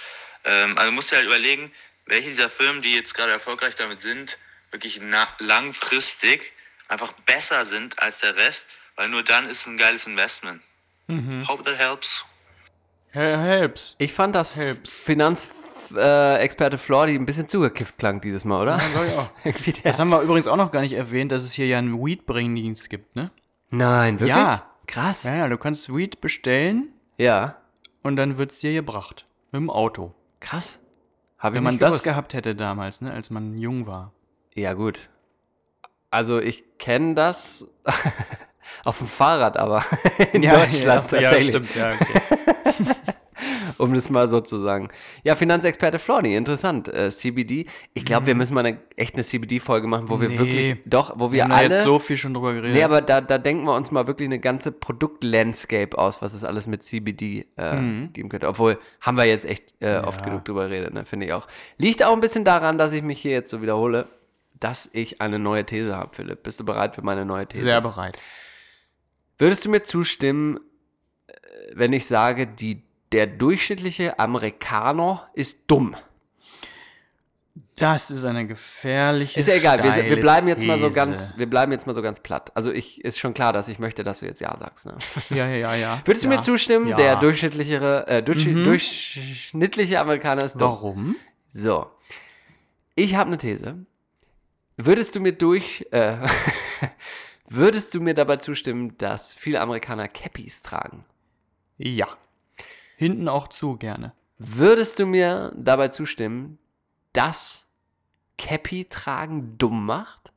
F: Ähm, also musst du halt überlegen, welche dieser Firmen, die jetzt gerade erfolgreich damit sind, wirklich na- langfristig einfach besser sind als der Rest, weil nur dann ist es ein geiles Investment. Hope that helps.
B: Hel- Helps.
A: Ich fand, dass
B: Helps.
A: Finanzexperte äh, Experte Flordi ein bisschen zugekifft klang dieses Mal, oder? Irgendwie der-
B: Oh Das haben wir übrigens auch noch gar nicht erwähnt, dass es hier ja einen Weed-Bringdienst gibt, ne?
A: Nein, wirklich?
B: Ja.
A: Krass.
B: Ja, ja, du kannst Weed bestellen
A: Ja.
B: und dann wird's dir gebracht. Mit dem Auto.
A: Krass. Habe ich
B: Wenn man
A: nicht
B: das
A: gewusst.
B: gehabt hätte damals, ne, als man jung war.
A: Ja, gut. Also, ich kenne das auf dem Fahrrad, aber in Deutschland tatsächlich.
B: Ja, okay.
A: Um das mal so zu sagen. Ja, Finanzexperte Florni, interessant. Äh, CBD. Ich glaube, wir müssen mal eine, echt eine CBD-Folge machen, wo wir
B: Mhm. Nee.
A: wirklich, doch, wo
B: Wir
A: wir
B: haben da
A: alle.
B: jetzt so viel schon drüber geredet.
A: Nee, aber da, da denken wir uns mal wirklich eine ganze Produktlandscape aus, was es alles mit CBD äh,
B: Mhm.
A: geben könnte. Obwohl, haben wir jetzt echt äh, oft genug drüber geredet, ne? finde ich auch. Liegt auch ein bisschen daran, dass ich mich hier jetzt so wiederhole, dass ich eine neue These habe, Philipp. Bist du bereit für meine neue These?
B: Sehr bereit.
A: Würdest du mir zustimmen, äh, wenn ich sage, die, der durchschnittliche Amerikaner ist dumm?
B: Das ist eine gefährliche
A: Ist ja egal, wir, wir
B: steile
A: bleiben jetzt mal so
B: These.
A: ganz, wir bleiben jetzt mal so ganz platt. Also ich ist schon klar, dass ich möchte, dass du jetzt ja sagst. Ne?
B: Ja, ja, ja, ja.
A: Würdest du
B: ja.
A: mir zustimmen,
B: Ja. Mhm.
A: der durchschnittlichere, äh, durch, durchschnittliche Amerikaner ist dumm?
B: Warum?
A: So. Ich habe eine These. Würdest du mir durch, äh, würdest du mir dabei zustimmen, dass viele Amerikaner Cappies tragen?
B: Ja. Hinten auch zu gerne.
A: Würdest du mir dabei zustimmen, dass Cappy tragen dumm macht?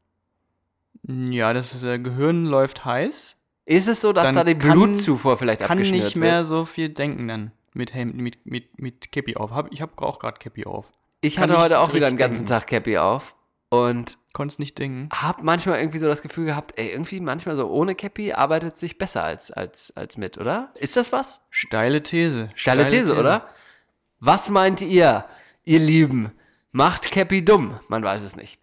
B: Ja, das äh, Gehirn läuft heiß.
A: Ist es so, dass
B: Dann
A: da die
B: kann-
A: Blutzufuhr vielleicht
B: Kann
A: abgeschnürt
B: nicht mehr
A: wird?
B: so viel denken dann mit, Helm, mit, mit, mit Kippi auf. Hab, ich habe auch gerade Kippi auf.
A: Ich
B: kann
A: hatte
B: nicht
A: heute auch wieder den
B: richtig
A: ganzen
B: denken.
A: Tag Cappy auf und
B: Konntest nicht denken.
A: habe manchmal irgendwie so das Gefühl gehabt, ey, irgendwie manchmal so ohne Cappy arbeitet sich besser als, als, als mit, oder? Ist das was?
B: Steile These.
A: Steile These, oder? Was meint ihr, ihr Lieben? Macht Cappy dumm? Man weiß es nicht.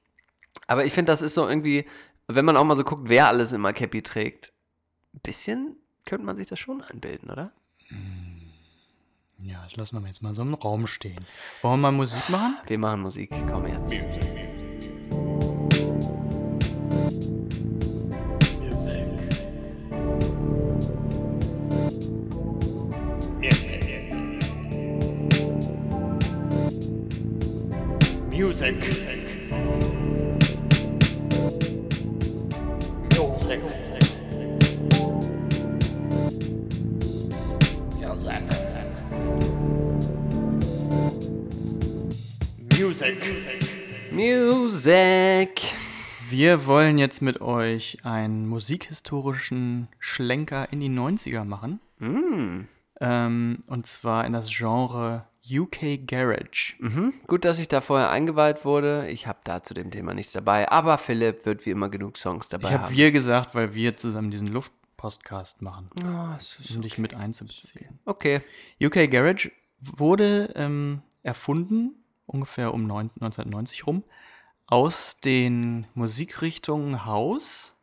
A: Aber ich finde, das ist so irgendwie, wenn man auch mal so guckt, wer alles immer Cappy trägt, ein bisschen könnte man sich das schon einbilden, oder?
B: Ja, das lassen wir jetzt mal so im Raum stehen. Wollen wir mal Musik machen?
A: Wir machen Musik, komm jetzt.
G: Music. Music. Music.
A: Music.
B: Wir wollen jetzt mit euch einen musikhistorischen Schlenker in die 90er machen. Ähm, und zwar in das Genre UK Garage.
A: Gut, dass ich da vorher eingeweiht wurde. Ich habe da zu dem Thema nichts dabei, aber Philipp wird wie immer genug Songs dabei
B: Ich habe
A: haben.
B: wir gesagt, weil wir zusammen diesen Luftpostcast machen,
A: Oh, es ist-
B: um dich mit einzubeziehen.
A: okay.
B: UK Garage wurde ähm, erfunden, ungefähr um neun- 1990 rum, aus den Musikrichtungen House,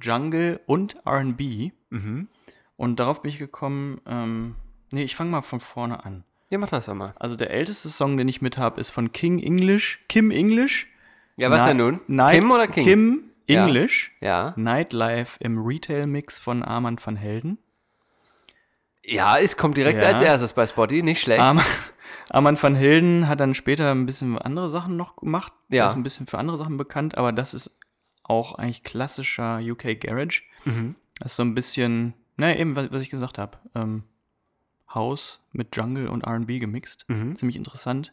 B: Jungle und RB.
A: Mhm.
B: Und darauf bin ich gekommen, ähm, nee, ich fange mal von vorne an.
A: Ja, mach das doch mal.
B: Also der älteste Song, den ich mit habe, ist von King English, Kim English.
A: Ja, was
B: Na-
A: denn nun?
B: Night,
A: Kim oder King?
B: Kim
A: Ja.
B: English.
A: Ja.
B: Nightlife im Retail-Mix von Armand van Helden.
A: Ja, es kommt direkt
B: Ja.
A: als erstes bei Spotty, nicht schlecht.
B: Arm, Armand van Helden hat dann später ein bisschen andere Sachen noch gemacht.
A: Ja.
B: Er Ist ein bisschen für andere Sachen bekannt, aber das ist auch eigentlich klassischer UK Garage. Das ist so ein bisschen, naja, eben, was, was ich gesagt habe. Ähm, House mit Jungle und RB gemixt. Ziemlich interessant.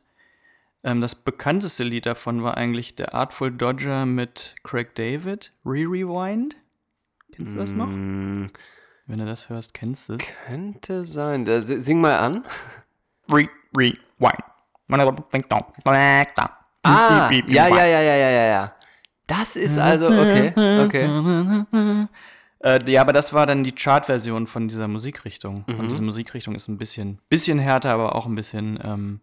B: Ähm, das bekannteste Lied davon war eigentlich der Artful Dodger mit Craig David, Re-Rewind. Kennst du das noch?
A: Mhm.
B: Wenn du das hörst, kennst du es.
A: Hm, Könnte sein. Da, si- sing mal an.
B: Re, rewind.
A: Ah, ja, ja, ja, ja, ja, ja, ja. Das ist also, okay, okay.
B: Äh, ja, aber das war dann die Chartversion von dieser Musikrichtung. Und diese Musikrichtung ist ein bisschen, bisschen härter, aber auch ein bisschen, ähm, ein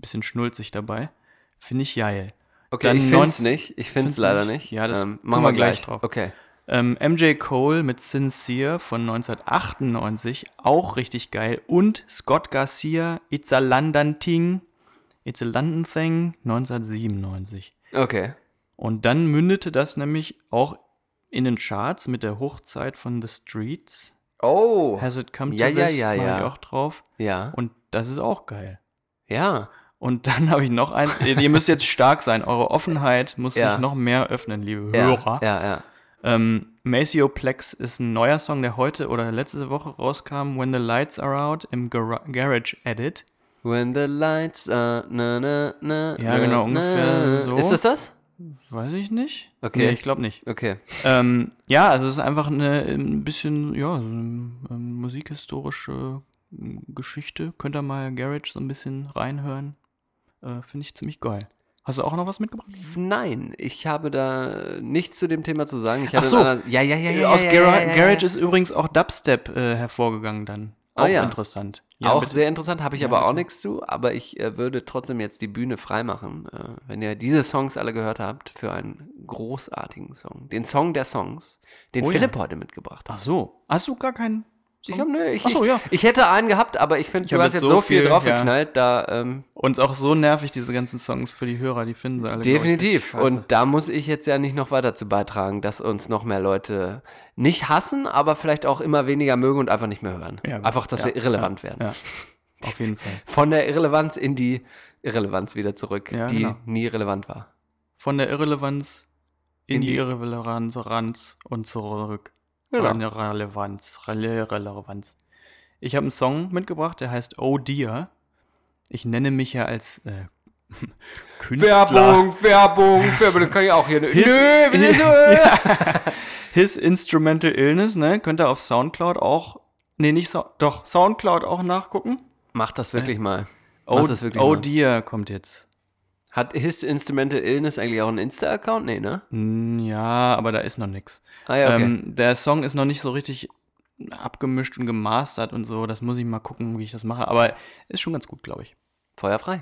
B: bisschen schnulzig dabei. Finde ich geil.
A: Okay,
B: Dann
A: ich find's
B: 19
A: nicht. Ich find's
B: findest du
A: leider nicht.
B: nicht?
A: Ähm,
B: Ja, das
A: machen
B: kommen
A: wir
B: wir gleich
A: gleich
B: drauf.
A: Okay.
B: Ähm, MJ Cole mit Sincere von 1998, auch richtig geil. Und Scott Garcia, It's a London Thing, It's a London Thing, 1997.
A: Okay.
B: Und dann mündete das nämlich auch in den Charts mit der Hochzeit von The Streets.
A: Oh.
B: Has it come to
A: Ja, ja,
B: this?
A: ja,
B: Mach
A: ja.
B: ich auch drauf.
A: Ja.
B: Und das ist auch geil.
A: Ja.
B: Und dann habe ich noch eins. ihr ihr müsst jetzt stark sein. Eure Offenheit muss
A: Ja.
B: sich noch mehr öffnen, liebe
A: Ja,
B: Hörer.
A: Ja, ja.
B: Ähm, Maceo Plex ist ein neuer Song, der heute oder letzte Woche rauskam. When the Lights Are Out im Gar Garage Edit.
A: When the lights are na na na.
B: Ja,
A: na,
B: genau,
A: na.
B: ungefähr so.
A: Ist das das?
B: Weiß ich nicht.
A: Okay.
B: Nee, ich glaube nicht.
A: Okay.
B: Ähm, ja, also es ist einfach eine, ähm, ein bisschen, ja, so eine, ähm, musikhistorische ähm, Geschichte. Könnt ihr mal Garage so ein bisschen reinhören. Äh, Finde ich ziemlich geil. Hast du auch noch was mitgebracht?
A: Nein, ich habe da nichts zu dem Thema zu sagen. Ich hatte
B: Ach so.
A: einen anderen- Ja, ja, ja, ja.
B: Äh, Aus
A: ja,
B: Gara
A: ja, ja, ja,
B: Garage
A: ja.
B: ist übrigens auch Dubstep äh, hervorgegangen dann.
A: Ah,
B: Auch
A: ja.
B: interessant.
A: auch
B: bitte.
A: sehr interessant, habe ich aber auch
B: bitte.
A: nichts zu, aber ich äh, würde trotzdem jetzt die Bühne freimachen, äh, wenn ihr diese Songs alle gehört habt, für einen großartigen Song. Den Song der Songs, den
B: Oh ja.
A: Philipp heute mitgebracht hat.
B: Ach so. Hast du gar keinen?
A: Ich, hab, nö, ich,
B: Ach so, ja.
A: ich, ich hätte einen gehabt, aber ich finde,
B: Ich
A: du
B: hab
A: hast jetzt so viel, draufgeknallt, da ähm,
B: Und auch so nervig, diese ganzen Songs für die Hörer, die finden sie alle. glaub ich, Also
A: definitiv.
B: richtig scheiße.
A: Und da muss ich jetzt ja nicht noch weiter zu beitragen, dass uns noch mehr Leute nicht hassen, aber vielleicht auch immer weniger mögen und einfach nicht mehr hören.
B: Ja, gut.
A: einfach, dass
B: Ja,
A: wir irrelevant werden.
B: ja. auf jeden Fall.
A: Von der Irrelevanz in die Irrelevanz wieder zurück,
B: Ja,
A: die
B: genau.
A: nie relevant war.
B: Von der Irrelevanz in,
A: In
B: die,
A: die-
B: Irrelevanz Relevanz und zurück.
A: Genau.
B: Von der Relevanz, Rele- Relevanz. Ich habe einen Song mitgebracht, der heißt Oh Dear. Ich nenne mich ja als äh, Künstler.
A: Werbung, Werbung, Werbung, das kann ich auch hier. Nö,
B: His-
A: wir sind so-
B: His Instrumental Illness, ne? Könnt ihr auf Soundcloud auch. Nee, nicht so, doch, Soundcloud auch nachgucken.
A: Mach das wirklich mal. Mach
B: Oh,
A: das wirklich
B: oh
A: mal.
B: dear, kommt jetzt.
A: Hat His Instrumental Illness eigentlich auch einen Insta-Account? Nee, ne?
B: Hm, Ja, aber da ist noch nix.
A: Ah ja, okay.
B: Ähm, der Song ist noch nicht so richtig abgemischt und gemastert und so. Das muss ich mal gucken, wie ich das mache. Aber ist schon ganz gut, glaube ich.
A: Feuerfrei.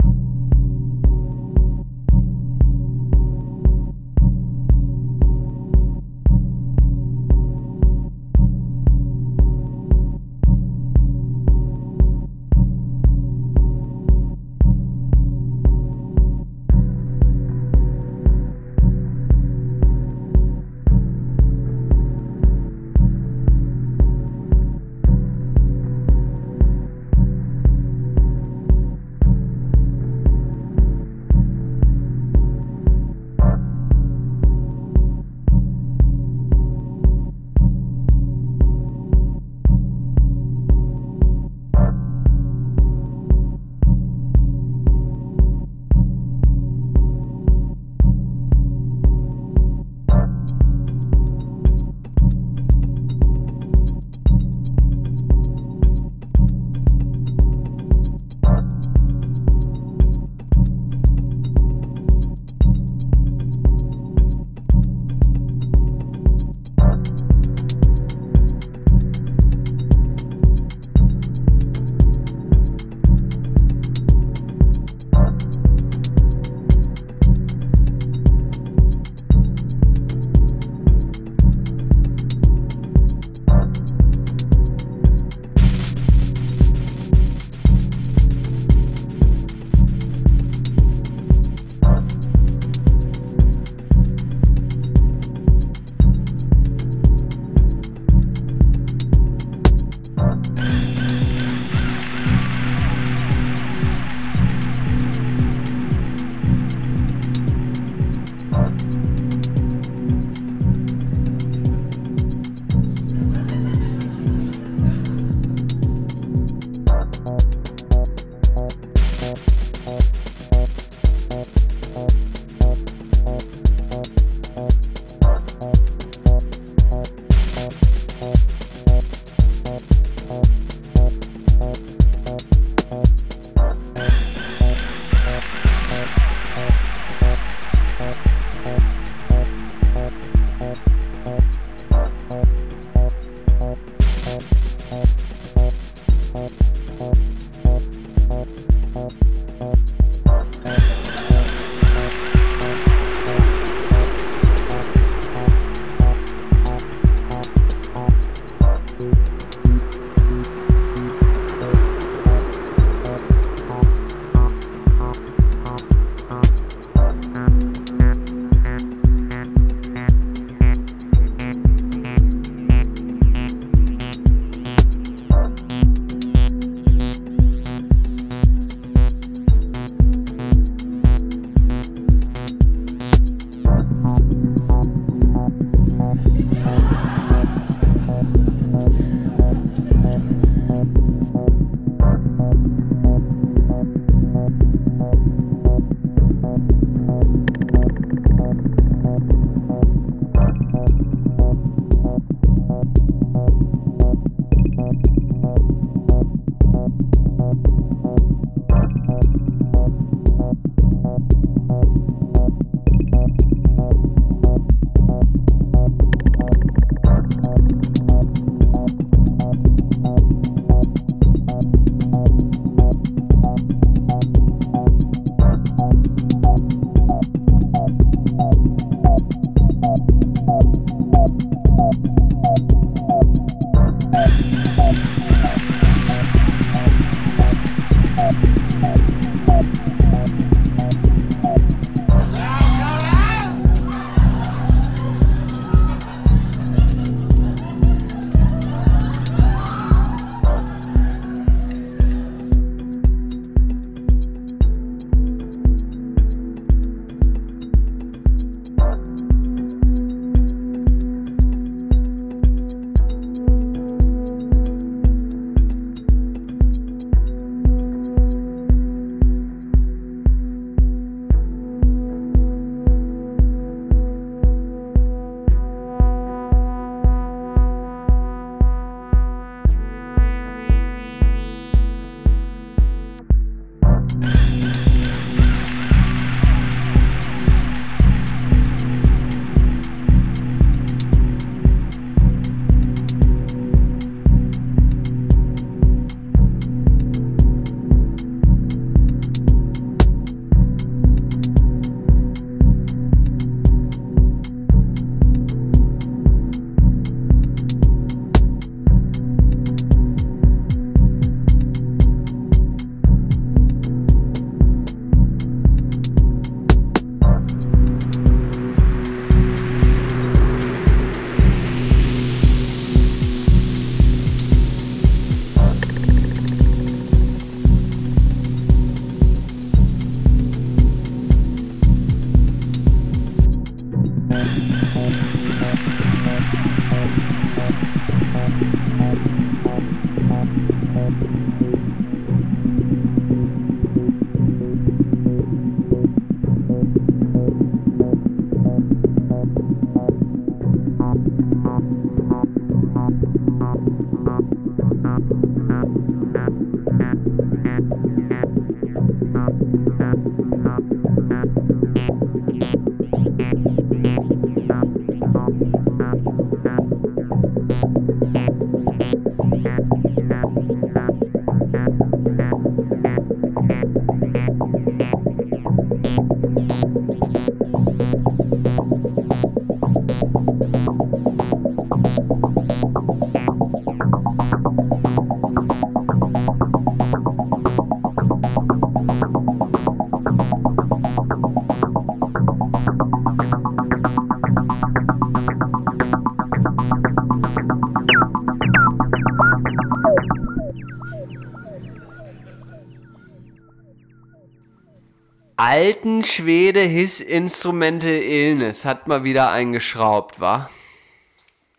A: Alten Schwede, his Instrumental Illness hat mal wieder eingeschraubt, wa?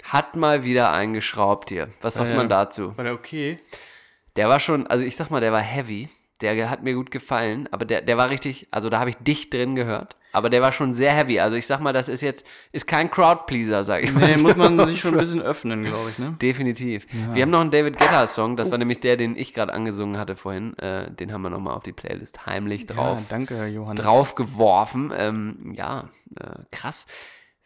A: Hat mal wieder eingeschraubt hier. Was sagt
B: Ja.
A: man dazu?
B: War der okay?
A: Der war schon, also ich sag mal, der war heavy. Der hat mir gut gefallen, aber der, der war richtig, also da habe ich dicht drin gehört. Aber der war schon sehr heavy. Also ich sag mal, das ist jetzt, ist kein Crowdpleaser, sag ich mal.
B: Nee,
A: so.
B: muss man sich schon ein bisschen öffnen, glaube ich, ne?
A: Definitiv. Wir haben noch einen David Guetta-Song,
B: Oh.
A: das war nämlich der, den ich gerade angesungen hatte vorhin. Äh, den haben wir nochmal auf die Playlist heimlich drauf
B: Ja, danke, Johannes.
A: draufgeworfen. Ähm, ja, äh, krass.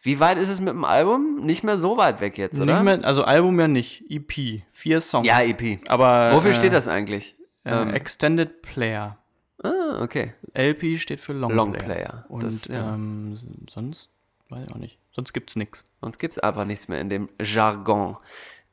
A: Wie weit ist es mit dem Album? Nicht mehr so weit weg jetzt, oder?
B: Nicht mehr, also Album ja nicht, EP, vier Songs.
A: ja, EP.
B: Aber
A: Wofür
B: äh,
A: steht das eigentlich? Ähm,
B: Äh, Extended Player.
A: Ah, okay.
B: LP steht für Long,
A: Long Player,
B: Player. Und
A: das- ja.
B: ähm, s- sonst, weiß ich auch nicht. Sonst gibt's nix.
A: Sonst gibt es einfach nichts mehr in dem Jargon.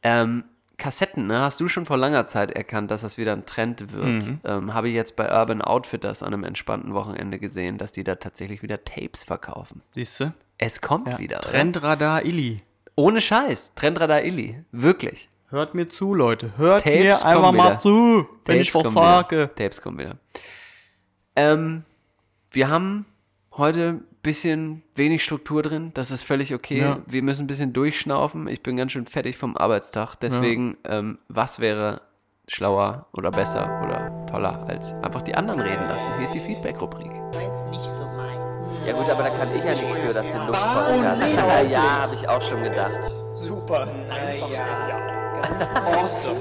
A: Ähm, Kassetten, ne? hast du schon vor langer Zeit erkannt, dass das wieder ein Trend wird?
B: Mhm.
A: Ähm, Habe ich jetzt bei Urban Outfitters an einem entspannten Wochenende gesehen, dass die da tatsächlich wieder Tapes verkaufen.
B: Siehst du?
A: Es kommt wieder. oder?
B: Trendradar Illy.
A: Ohne Scheiß. Trendradar Illy. Wirklich.
B: Hört mir zu, Leute. Hört
A: Tapes
B: mir
A: kommen
B: einfach mal
A: wieder.
B: zu, wenn ich was
A: kommen wieder.
B: sage.
A: Tapes kommen wieder. Ähm, wir haben heute ein bisschen wenig Struktur drin. Das ist völlig okay.
B: Ja.
A: Wir müssen ein bisschen durchschnaufen. Ich bin ganz schön fertig vom Arbeitstag. Deswegen, ähm, was wäre schlauer oder besser oder toller, als einfach die anderen reden lassen? Hier ist die Feedback-Rubrik. Ja gut, aber da kann ich ja nichts für, dass den Luftpodcast. Ja, habe ich auch schon gedacht.
G: Super. Einfach genial.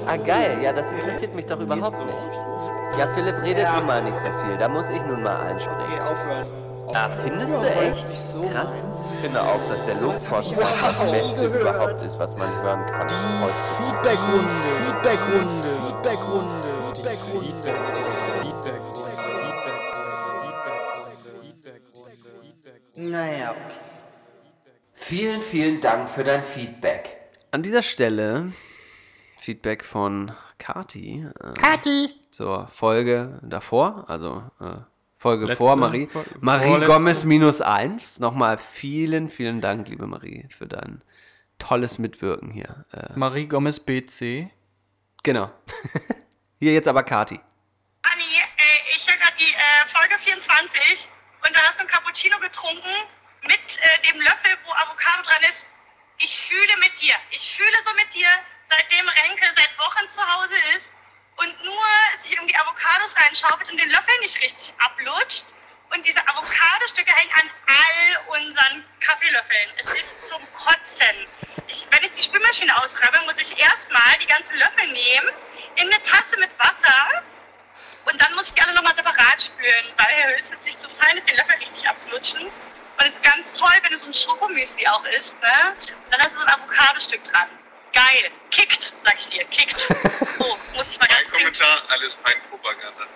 A: Ah geil, ja, das interessiert mich doch überhaupt nicht. Ja, Philipp redet nun mal nicht so viel, da muss ich nun mal einspringen.
G: Aufhören.
A: Ah, findest du echt? Krass. Ich finde auch, dass der Luftpost das Beste überhaupt ist, was man hören kann.
H: Feedbackrunde, Feedbackrunde, Feedbackrunde, Feedbackrunde. Naja,
A: Vielen, vielen Dank für dein Feedback. An dieser Stelle Feedback von Kati. Kati! Zur Folge davor, also äh, Folge
B: Letzte,
A: vor Marie.
B: vor-
A: Marie
B: vorletzte.
A: Gomez minus eins. Nochmal vielen, vielen Dank, liebe Marie, für dein tolles Mitwirken hier. Äh,
B: Marie Gomez BC.
A: Genau. Hier jetzt aber Kati.
I: Anni, äh, ich höre gerade die äh, Folge 24 und da hast du einen Cappuccino getrunken mit äh, dem Löffel, wo Avocado dran ist. Ich fühle mit dir. Ich fühle so mit dir, seitdem Renke seit Wochen zu Hause ist und nur sich irgendwie Avocados reinschaufelt und den Löffel nicht richtig ablutscht. Und diese Avocadostücke hängen an all unseren Kaffeelöffeln. Es ist zum Kotzen. Ich, wenn ich die Spülmaschine ausräume, muss ich erstmal die ganzen Löffel nehmen, in eine Tasse mit Wasser und dann muss ich die alle nochmal separat spülen, weil Herr Hülz wird sich zu fein ist, den Löffel richtig abzulutschen. Und es ist ganz toll, wenn es so ein Schokomüsli auch ist, ne? Und dann hast du so ein Avocadostück dran. Geil. Kickt, sag ich dir. Kickt. So, das muss ich mal ganz dringend.
F: alles Meinpropaganda.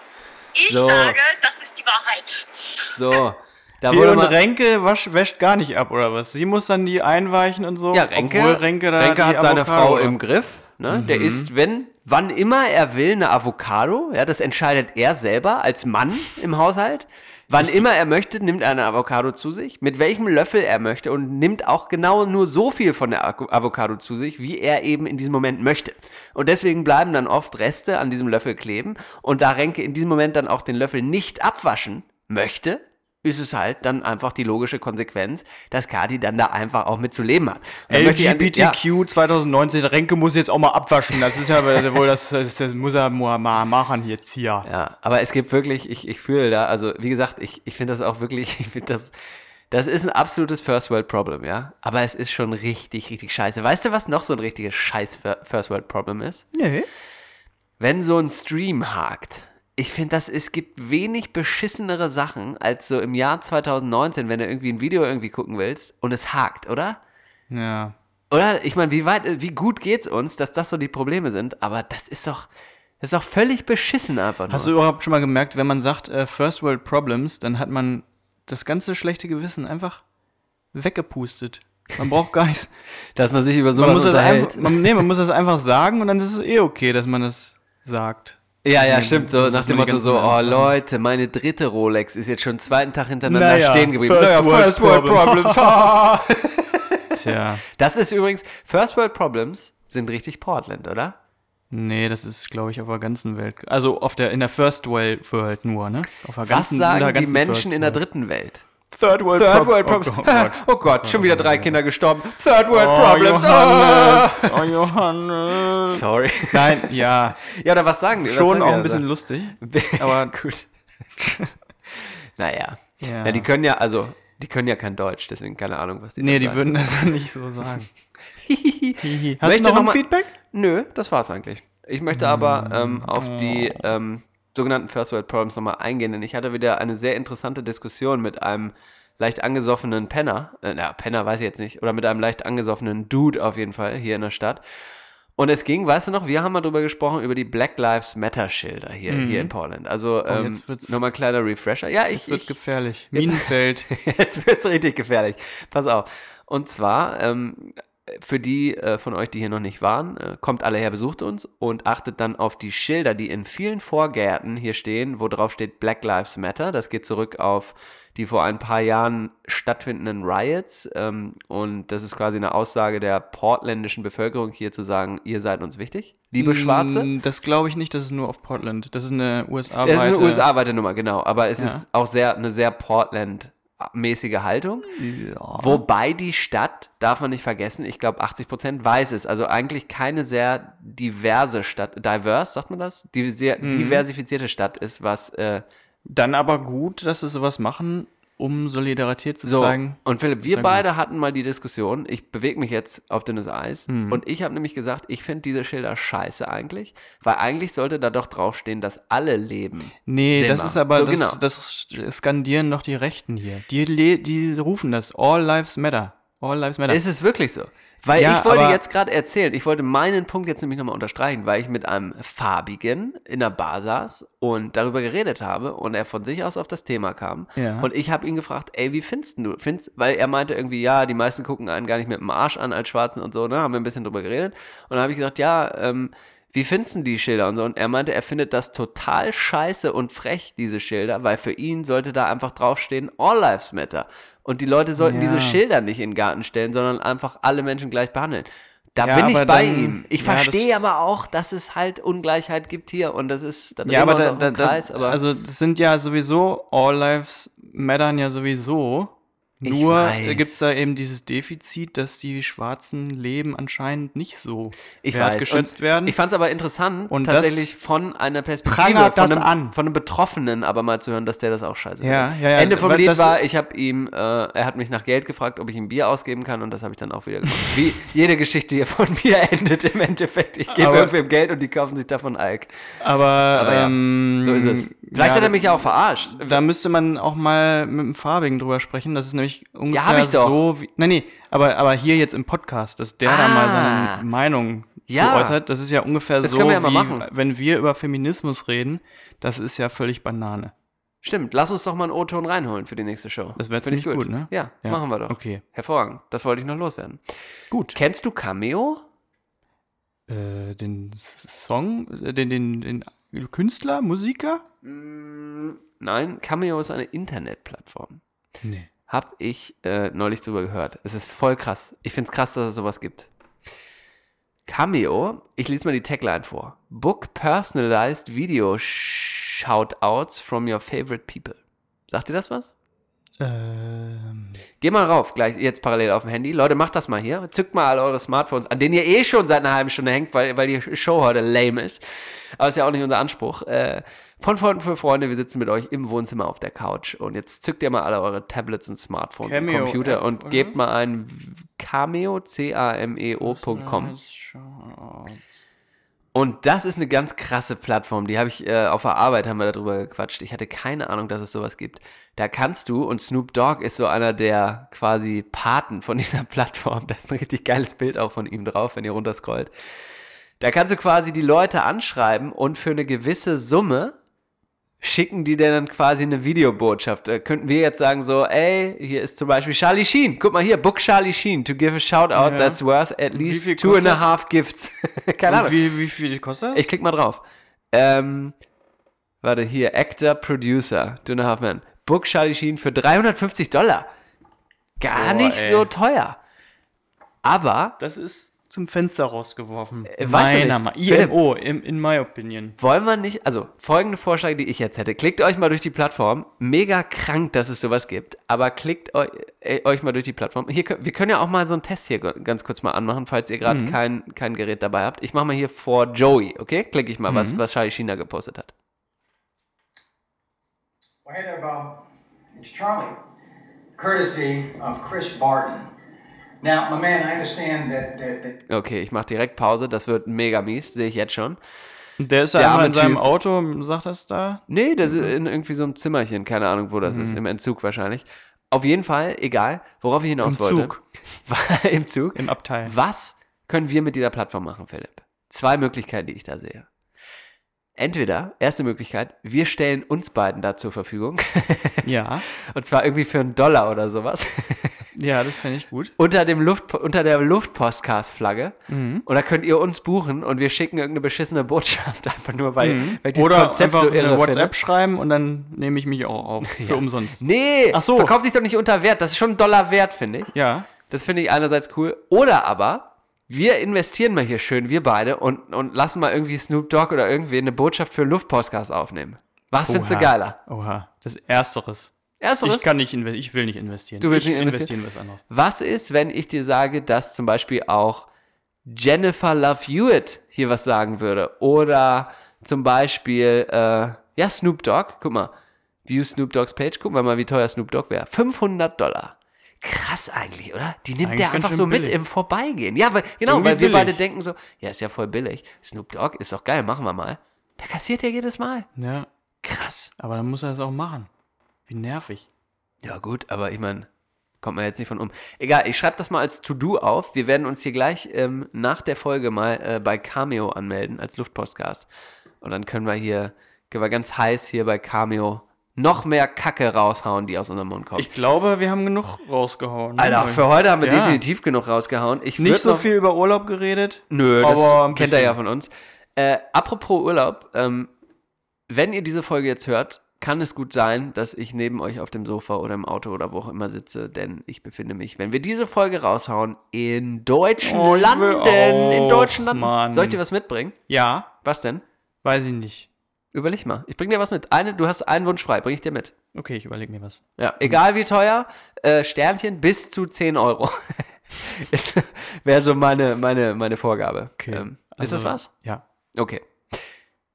I: Ich
A: So.
I: sage, das ist die Wahrheit.
A: So, da
B: Hier
A: wurde
B: und
A: mal,
B: Renke wasch, wäscht gar nicht ab, oder was? Sie muss dann die einweichen und so.
A: ja, Renke,
B: Obwohl Renke, da die
A: hat seine
B: Avocado
A: Frau
B: ab-
A: im Griff. Ne? Der isst, wenn, wann immer er will, eine Avocado. Ja, das entscheidet er selber als Mann im Haushalt. Wann immer er möchte, nimmt er eine Avocado zu sich, mit welchem Löffel er möchte und nimmt auch genau nur so viel von der Ak- Avocado zu sich, wie er eben in diesem Moment möchte. Und deswegen bleiben dann oft Reste an diesem Löffel kleben. Und da Renke in diesem Moment dann auch den Löffel nicht abwaschen möchte, ist es halt dann einfach die logische Konsequenz, dass Kati dann da einfach auch mit zu leben hat. Und dann möchte ich an die-
B: LGBTQ
A: ja,
B: 2019, Renke muss jetzt auch mal abwaschen. Das ist ja wohl, das, das, das muss er mal mal machen jetzt hier.
A: ja, aber es gibt wirklich, ich, ich fühle da, also wie gesagt, ich, ich finde das auch wirklich, ich finde das, das ist ein absolutes First World Problem, ja. Aber es ist schon richtig, richtig scheiße. Weißt du, was noch so ein richtiges Scheiß Fir- First World Problem ist?
B: Nee.
A: wenn so ein Stream hakt. Ich finde, das es gibt wenig beschissenere Sachen als so im Jahr 2019, wenn du irgendwie ein Video irgendwie gucken willst und es hakt, oder?
B: Ja.
A: Oder? Ich meine, wie weit, wie gut geht's uns, dass das so die Probleme sind? Aber das ist doch, das ist doch völlig beschissen einfach. Nur.
B: Hast du überhaupt schon mal gemerkt, wenn man sagt äh, First World Problems, dann hat man das ganze schlechte Gewissen einfach weggepustet. Man braucht gar nichts.
A: dass man sich über sowas
B: Man muss, das
A: unterhält?
B: einfach, man, nee, man muss das einfach sagen und dann ist es eh okay, dass man das sagt.
A: Ja, ja,
B: Nein,
A: stimmt. So
B: das
A: nach
B: ist
A: dem
B: mir
A: Motto
B: die ganzen
A: so, oh
B: anderen
A: Leute, meine dritte Rolex ist jetzt schon einen zweiten Tag hintereinander
B: Naja,
A: stehen geblieben.
B: First World Problem.
A: Problems.
B: Tja.
A: das ist übrigens, First World Problems sind richtig Portland, oder?
B: Nee, das ist, glaube ich, auf der ganzen Welt. Also auf der, in der First World World nur, ne? Auf der
A: Was
B: ganzen, in der
A: sagen die
B: ganzen
A: Menschen
B: First
A: in der
B: World.
A: dritten Welt?
B: Third World
A: Third
B: Prob-
A: World Problems.
B: Oh Gott.
A: Oh Gott, schon wieder drei Kinder gestorben. Third
B: Oh,
A: World Problems.
B: Johannes.
A: Oh.
B: Oh, Johannes.
A: Sorry.
B: Nein, ja.
A: Ja, oder was sagen die? Was
B: Schon
A: sagen
B: auch
A: die
B: ein
A: da?
B: bisschen lustig.
A: Aber gut. naja.
B: Ja.
A: Na, die können ja, also, die können ja kein Deutsch, deswegen keine Ahnung, was die da
B: Nee, die
A: sagen.
B: würden das nicht so sagen.
A: Hihi.
B: Hast
A: Möchte
B: du noch ein
A: mal-
B: Feedback?
A: Nö, das war's eigentlich. Ich möchte aber
B: Mm,
A: ähm, auf die
B: oh.
A: ähm, sogenannten First World Problems nochmal eingehen, denn ich hatte wieder eine sehr interessante Diskussion mit einem leicht angesoffenen Penner. Äh, na, Penner weiß ich jetzt nicht. Oder mit einem leicht angesoffenen Dude auf jeden Fall hier in der Stadt. Und es ging, weißt du noch, wir haben mal drüber gesprochen, über die Black Lives Matter Schilder hier, hier in Portland. Also ähm,
B: Mhm. Oh, jetzt wird's-
A: nochmal ein kleiner Refresher. Ja, ich,
B: Wird
A: ich
B: gefährlich. Minenfeld.
A: Jetzt wird's richtig gefährlich. Pass auf. Und zwar, ähm, für die äh, von euch, die hier noch nicht waren, äh, kommt alle her, besucht uns und achtet dann auf die Schilder, die in vielen Vorgärten hier stehen, wo drauf steht Black Lives Matter. Das geht zurück auf die vor ein paar Jahren stattfindenden Riots. Ähm, und das ist quasi eine Aussage der portländischen Bevölkerung hier zu sagen, ihr seid uns wichtig, liebe Schwarze.
B: Mm, Das glaube ich nicht, das ist nur auf Portland. Das ist eine USA-weite.
A: Es ist eine USA-weite Nummer, genau. Aber es
B: Ja.
A: ist auch sehr, eine sehr Portland-mäßige Haltung. Wobei die Stadt, darf man nicht vergessen, ich glaube 80 Prozent weiß es. Also eigentlich keine sehr diverse Stadt, diverse, sagt man das? Die sehr
B: Mhm.
A: diversifizierte Stadt ist, was äh,
B: Dann aber gut, dass sie sowas machen, um Solidarität zu
A: so.
B: zeigen.
A: Und Philipp, wir
B: Sehr
A: beide hatten mal die Diskussion, ich bewege mich jetzt auf dünnes Eis
B: Mhm.
A: und ich habe nämlich gesagt, ich finde diese Schilder scheiße eigentlich, weil eigentlich sollte da doch draufstehen, dass alle leben.
B: Nee,
A: Sehen
B: das
A: wir.
B: ist aber,
A: So,
B: das,
A: genau.
B: das skandieren doch die Rechten hier. Die, le- die rufen das. All Lives Matter. All Lives Matter.
A: Ist es wirklich so? Weil
B: Ja,
A: ich wollte
B: aber-
A: jetzt gerade erzählen, ich wollte meinen Punkt jetzt nämlich nochmal unterstreichen, weil ich mit einem Farbigen in der Bar saß und darüber geredet habe und er von sich aus auf das Thema kam.
B: Ja.
A: Und ich habe ihn gefragt, ey, wie findest du? Findest, weil er meinte irgendwie, ja, die meisten gucken einen gar nicht mit dem Arsch an als Schwarzen und so, ne? Haben wir ein bisschen drüber geredet. Und dann habe ich gesagt, ja, ähm, wie findest du die Schilder und so? Und er meinte, er findet das total scheiße und frech, diese Schilder, weil für ihn sollte da einfach draufstehen, All Lives Matter. Und die Leute sollten
B: Ja.
A: diese Schilder nicht in den Garten stellen, sondern einfach alle Menschen gleich behandeln. Da
B: Ja,
A: bin ich
B: aber
A: bei
B: dann-
A: ihm. Ich
B: ja, das-
A: verstehe aber auch, dass es halt Ungleichheit gibt hier und das ist, da
B: ja,
A: drehen
B: aber,
A: wir
B: da,
A: uns
B: da,
A: auch im
B: da,
A: Kreis, aber
B: also das sind ja sowieso All Lives Mattern ja sowieso. Nur
A: weiß.
B: gibt es da eben dieses Defizit, dass die schwarzen Leben anscheinend nicht so
A: ich weiß.
B: wertgeschätzt
A: Und
B: werden.
A: Ich fand es aber interessant,
B: Und das
A: tatsächlich von einer Perspektive
B: prangert
A: von
B: das
A: einem,
B: an.
A: von einem Betroffenen aber mal zu hören, dass der das auch scheiße
B: Ja,
A: findet.
B: ja, ja,
A: Ende vom
B: weil
A: Lied
B: das-
A: war, ich habe ihm, äh, er hat mich nach Geld gefragt, ob ich ihm Bier ausgeben kann und das habe ich dann auch wieder gemacht. Wie jede Geschichte hier von mir endet im Endeffekt. Ich gebe
B: Aber-
A: irgendwem Geld und die kaufen sich davon Alk.
B: aber
A: Aber ja,
B: ähm,
A: So ist es. Vielleicht
B: ja,
A: hat er mich ja auch verarscht.
B: Da müsste man auch mal mit dem Farbigen drüber sprechen. Das ist nämlich ungefähr
A: hab ich doch.
B: so wie. Nein, nee, aber, aber hier jetzt im Podcast, dass der da mal seine Meinung
A: Ah. Ja.
B: zu äußert, das ist ja ungefähr
A: Das
B: so,
A: können wir ja mal
B: wie
A: machen.
B: wenn wir über Feminismus reden, das ist ja völlig Banane.
A: Stimmt, lass uns doch mal einen O-Ton reinholen für die nächste Show.
B: Das wär
A: Find ich
B: ziemlich gut, ne?
A: Ja,
B: Ja.
A: machen wir doch.
B: Okay.
A: Hervorragend. Das wollte ich noch loswerden.
B: Gut.
A: Kennst du Cameo?
B: Äh, den S- Song, äh, den, den, den Künstler, Musiker?
A: Nein, Cameo ist eine Internetplattform.
B: Nee.
A: Hab ich äh, neulich drüber gehört. Es ist voll krass. Ich find's krass, dass es sowas gibt. Cameo, ich lese mal die Tagline vor. Book personalized video shoutouts from your favorite people. Sagt dir das was?
B: Ähm,
A: Geh mal rauf, gleich jetzt parallel auf dem Handy. Leute, macht das mal hier. Zückt mal alle eure Smartphones, an denen ihr eh schon seit einer halben Stunde hängt, weil, weil die Show heute lame ist. Aber ist ja auch nicht unser Anspruch. Äh, von Freunden für Freunde, wir sitzen mit euch im Wohnzimmer auf der Couch. Und jetzt zückt ihr mal alle eure Tablets und Smartphones und
B: Cameo-App
A: Computer und
B: oder
A: gebt
B: was?
A: mal E ein Cameo, C-A-M-E-O.com. Und das ist eine ganz krasse Plattform. Die habe ich äh, auf der Arbeit, haben wir darüber gequatscht. Ich hatte keine Ahnung, dass es sowas gibt. Da kannst du, und Snoop Dogg ist so einer der quasi Paten von dieser Plattform. Da ist ein richtig geiles Bild auch von ihm drauf, wenn ihr runterscrollt. Da kannst du quasi die Leute anschreiben und für eine gewisse Summe schicken die dir dann quasi eine Videobotschaft. Da könnten wir jetzt sagen so, ey, hier ist zum Beispiel Charlie Sheen. Guck mal hier, book Charlie Sheen to give a shout out
B: Ja.
A: that's worth at
B: viel
A: least two and a
B: kostet-
A: half gifts. Keine Ahnung.
B: Und wie, wie viel kostet das?
A: Ich klick mal drauf. Ähm, warte, hier, Actor, Producer, Dünner Halfman. Book Charlie Sheen für 350 Dollar. Gar
B: Boah,
A: nicht
B: ey.
A: so teuer. Aber
B: das ist zum Fenster rausgeworfen.
A: Äh, weiß
B: Meiner
A: ich
B: Meinung
A: nicht. Oh, Philipp.
B: IMO, in, in my opinion.
A: wollen wir nicht, also folgende Vorschläge, die ich jetzt hätte. Klickt euch mal durch die Plattform. Mega krank, dass es sowas gibt. Aber klickt eu, äh, euch mal durch die Plattform. Hier, kö- wir können ja auch mal so einen Test hier g- ganz kurz mal anmachen, falls ihr
B: Mhm.
A: gerade kein, kein Gerät dabei habt. Ich mache mal hier vor Joey, okay? Klicke ich mal, was,
B: Mhm.
A: was Charlie Sheen da gepostet hat.
J: Well, hey there, Bob. It's Charlie, courtesy of Chris Barton. Now, my man, I understand that, that, that
A: Okay, ich mache direkt Pause. Das wird mega mies, sehe ich jetzt schon.
B: Und Der ist
A: Der
B: da
A: arme
B: einmal in seinem
A: Typ.
B: Auto, sagt das da?
A: Nee, das
B: Mhm.
A: ist in irgendwie so einem Zimmerchen, keine Ahnung, wo das ist, im Entzug wahrscheinlich. Auf jeden Fall, egal, worauf ich hinaus
B: Im
A: wollte.
B: Zug.
A: War- Im Zug.
B: Im Abteil.
A: Was können wir mit dieser Plattform machen, Philipp? Zwei Möglichkeiten, die ich da sehe. Entweder, erste Möglichkeit, wir stellen uns beiden da zur Verfügung.
B: Ja.
A: Und zwar irgendwie für einen Dollar oder sowas.
B: Ja, das fände ich gut.
A: unter, dem Luft, unter der Luftpostcast-Flagge.
B: Mhm.
A: Und da könnt ihr uns buchen und wir schicken irgendeine beschissene Botschaft, einfach nur weil,
B: Mhm.
A: weil dieses
B: Oder
A: Konzept
B: einfach
A: so irre
B: eine WhatsApp
A: finde.
B: schreiben und dann nehme ich mich auch auf. Für umsonst.
A: Nee,
B: Ach so.
A: verkauft sich doch nicht unter Wert. Das ist schon ein Dollar wert, finde ich.
B: Ja.
A: Das finde ich einerseits cool. Oder aber, wir investieren mal hier schön, wir beide, und, und lassen mal irgendwie Snoop Dogg oder irgendwie eine Botschaft für Luftpostcast aufnehmen. Was findest du
B: Oha.
A: geiler?
B: Oha. Das Ersteres.
A: Ersteres.
B: Ich kann nicht investieren. Ich will nicht investieren.
A: Du willst
B: ich
A: nicht investieren?
B: investieren was anderes.
A: Was ist, wenn ich dir sage, dass zum Beispiel auch Jennifer Love Hewitt hier was sagen würde? Oder zum Beispiel, äh, ja, Snoop Dogg, guck mal, View Snoop Doggs Page, gucken wir mal, wie teuer Snoop Dogg wäre. 500 Dollar. Krass eigentlich, oder? Die nimmt
B: Eigentlich
A: der
B: ganz
A: einfach
B: schön
A: so mit
B: billig.
A: im Vorbeigehen. Ja, weil, genau,
B: Irgendwie
A: weil wir
B: billig.
A: beide denken so, ja, ist ja voll billig. Snoop Dogg ist doch geil, machen wir mal. Da kassiert er jedes Mal.
B: Ja.
A: Krass.
B: Aber dann muss er es auch machen. Wie nervig.
A: Ja, gut, aber ich meine, kommt man jetzt nicht von um. Egal, ich schreibe das mal als To-Do auf. Wir werden uns hier gleich ähm, nach der Folge mal äh, bei Cameo anmelden als Luftpostcast. Und dann können wir hier, können wir ganz heiß hier bei Cameo noch mehr Kacke raushauen, die aus unserem Mund kommt.
B: Ich glaube, wir haben genug rausgehauen. ne?
A: Alter, für heute haben wir
B: Ja.
A: definitiv genug rausgehauen. Ich würd
B: Nicht so
A: noch,
B: viel über Urlaub geredet.
A: Nö,
B: aber ein
A: das kennt er
B: bisschen.
A: ja von uns. Äh, apropos Urlaub, ähm, wenn ihr diese Folge jetzt hört, kann es gut sein, dass ich neben euch auf dem Sofa oder im Auto oder wo auch immer sitze, denn ich befinde mich, wenn wir diese Folge raushauen, in deutschen
B: Oh, ich will
A: Landen. In
B: auch,
A: deutschen Landen.
B: Mann.
A: Soll ich dir was mitbringen?
B: Ja,
A: Was denn?
B: weiß ich nicht.
A: Überleg mal. Ich bring dir was mit. Eine, du hast einen Wunsch frei, bring ich dir mit.
B: Okay, ich überlege mir was.
A: Ja, egal wie teuer, äh, Sternchen bis zu 10 Euro. Wäre so meine, meine, meine Vorgabe. Ähm, ist
B: Also,
A: das was?
B: Ja.
A: Okay.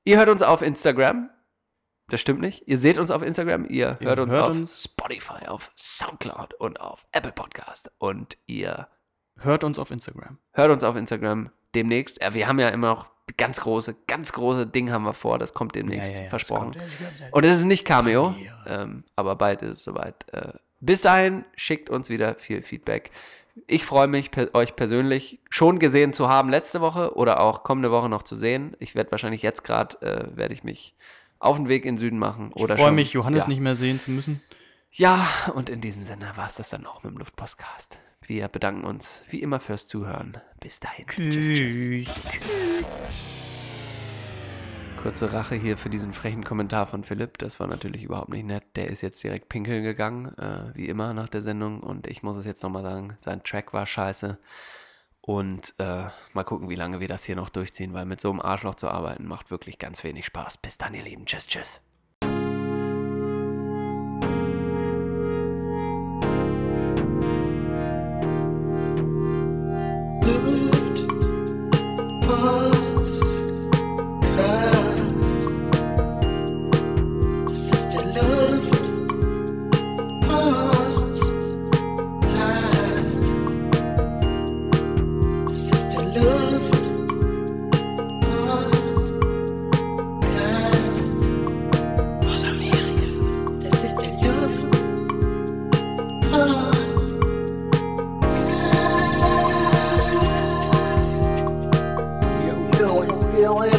A: Ihr hört uns auf Instagram. Das stimmt nicht. Ihr seht uns auf Instagram, ihr, hört uns
B: hört
A: auf
B: uns.
A: Spotify, auf Soundcloud und auf Apple Podcast. Und ihr
B: Hört uns auf Instagram.
A: hört uns auf Instagram demnächst. Äh, wir haben ja immer noch ganz große, ganz große Dinge haben wir vor. Das kommt demnächst, versprochen. und es ist nicht Cameo, ähm, aber bald ist es soweit. Äh, bis dahin schickt uns wieder viel Feedback. Ich freue mich, per euch persönlich schon gesehen zu haben letzte Woche oder auch kommende Woche noch zu sehen. Ich werde wahrscheinlich jetzt gerade, äh, werde ich mich auf den Weg in den Süden machen.
B: Ich
A: oder
B: freue
A: schon-
B: mich, Johannes
A: ja.
B: nicht mehr sehen zu müssen.
A: Ja, und in diesem Sinne war es das dann auch mit dem Luftpostcast. Wir bedanken uns wie immer fürs Zuhören. Bis dahin. Tschüss, tschüss. Kurze Rache hier für diesen frechen Kommentar von Philipp. Das war natürlich überhaupt nicht nett. Der ist jetzt direkt pinkeln gegangen, äh, wie immer nach der Sendung. Und ich muss es jetzt nochmal sagen, sein Track war scheiße. Und äh, mal gucken, wie lange wir das hier noch durchziehen, weil mit so einem Arschloch zu arbeiten macht wirklich ganz wenig Spaß. Bis dann, ihr Lieben. Tschüss, tschüss.
J: Love.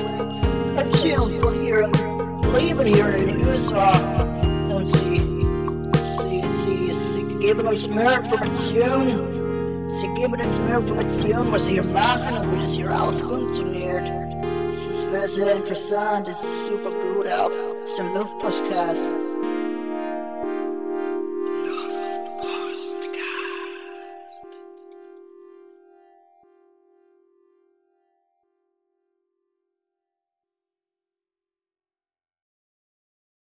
K: miles you were here, leaving here, and you was, uh, let's see, sie, sie, sie geben uns mehr Informationen. Sie geben uns mehr Informationen, was sie hier machen und wie das hier alles funktioniert. Es ist sehr, sehr interessant, es ist super gut auch. Es ist der Luftpostcast.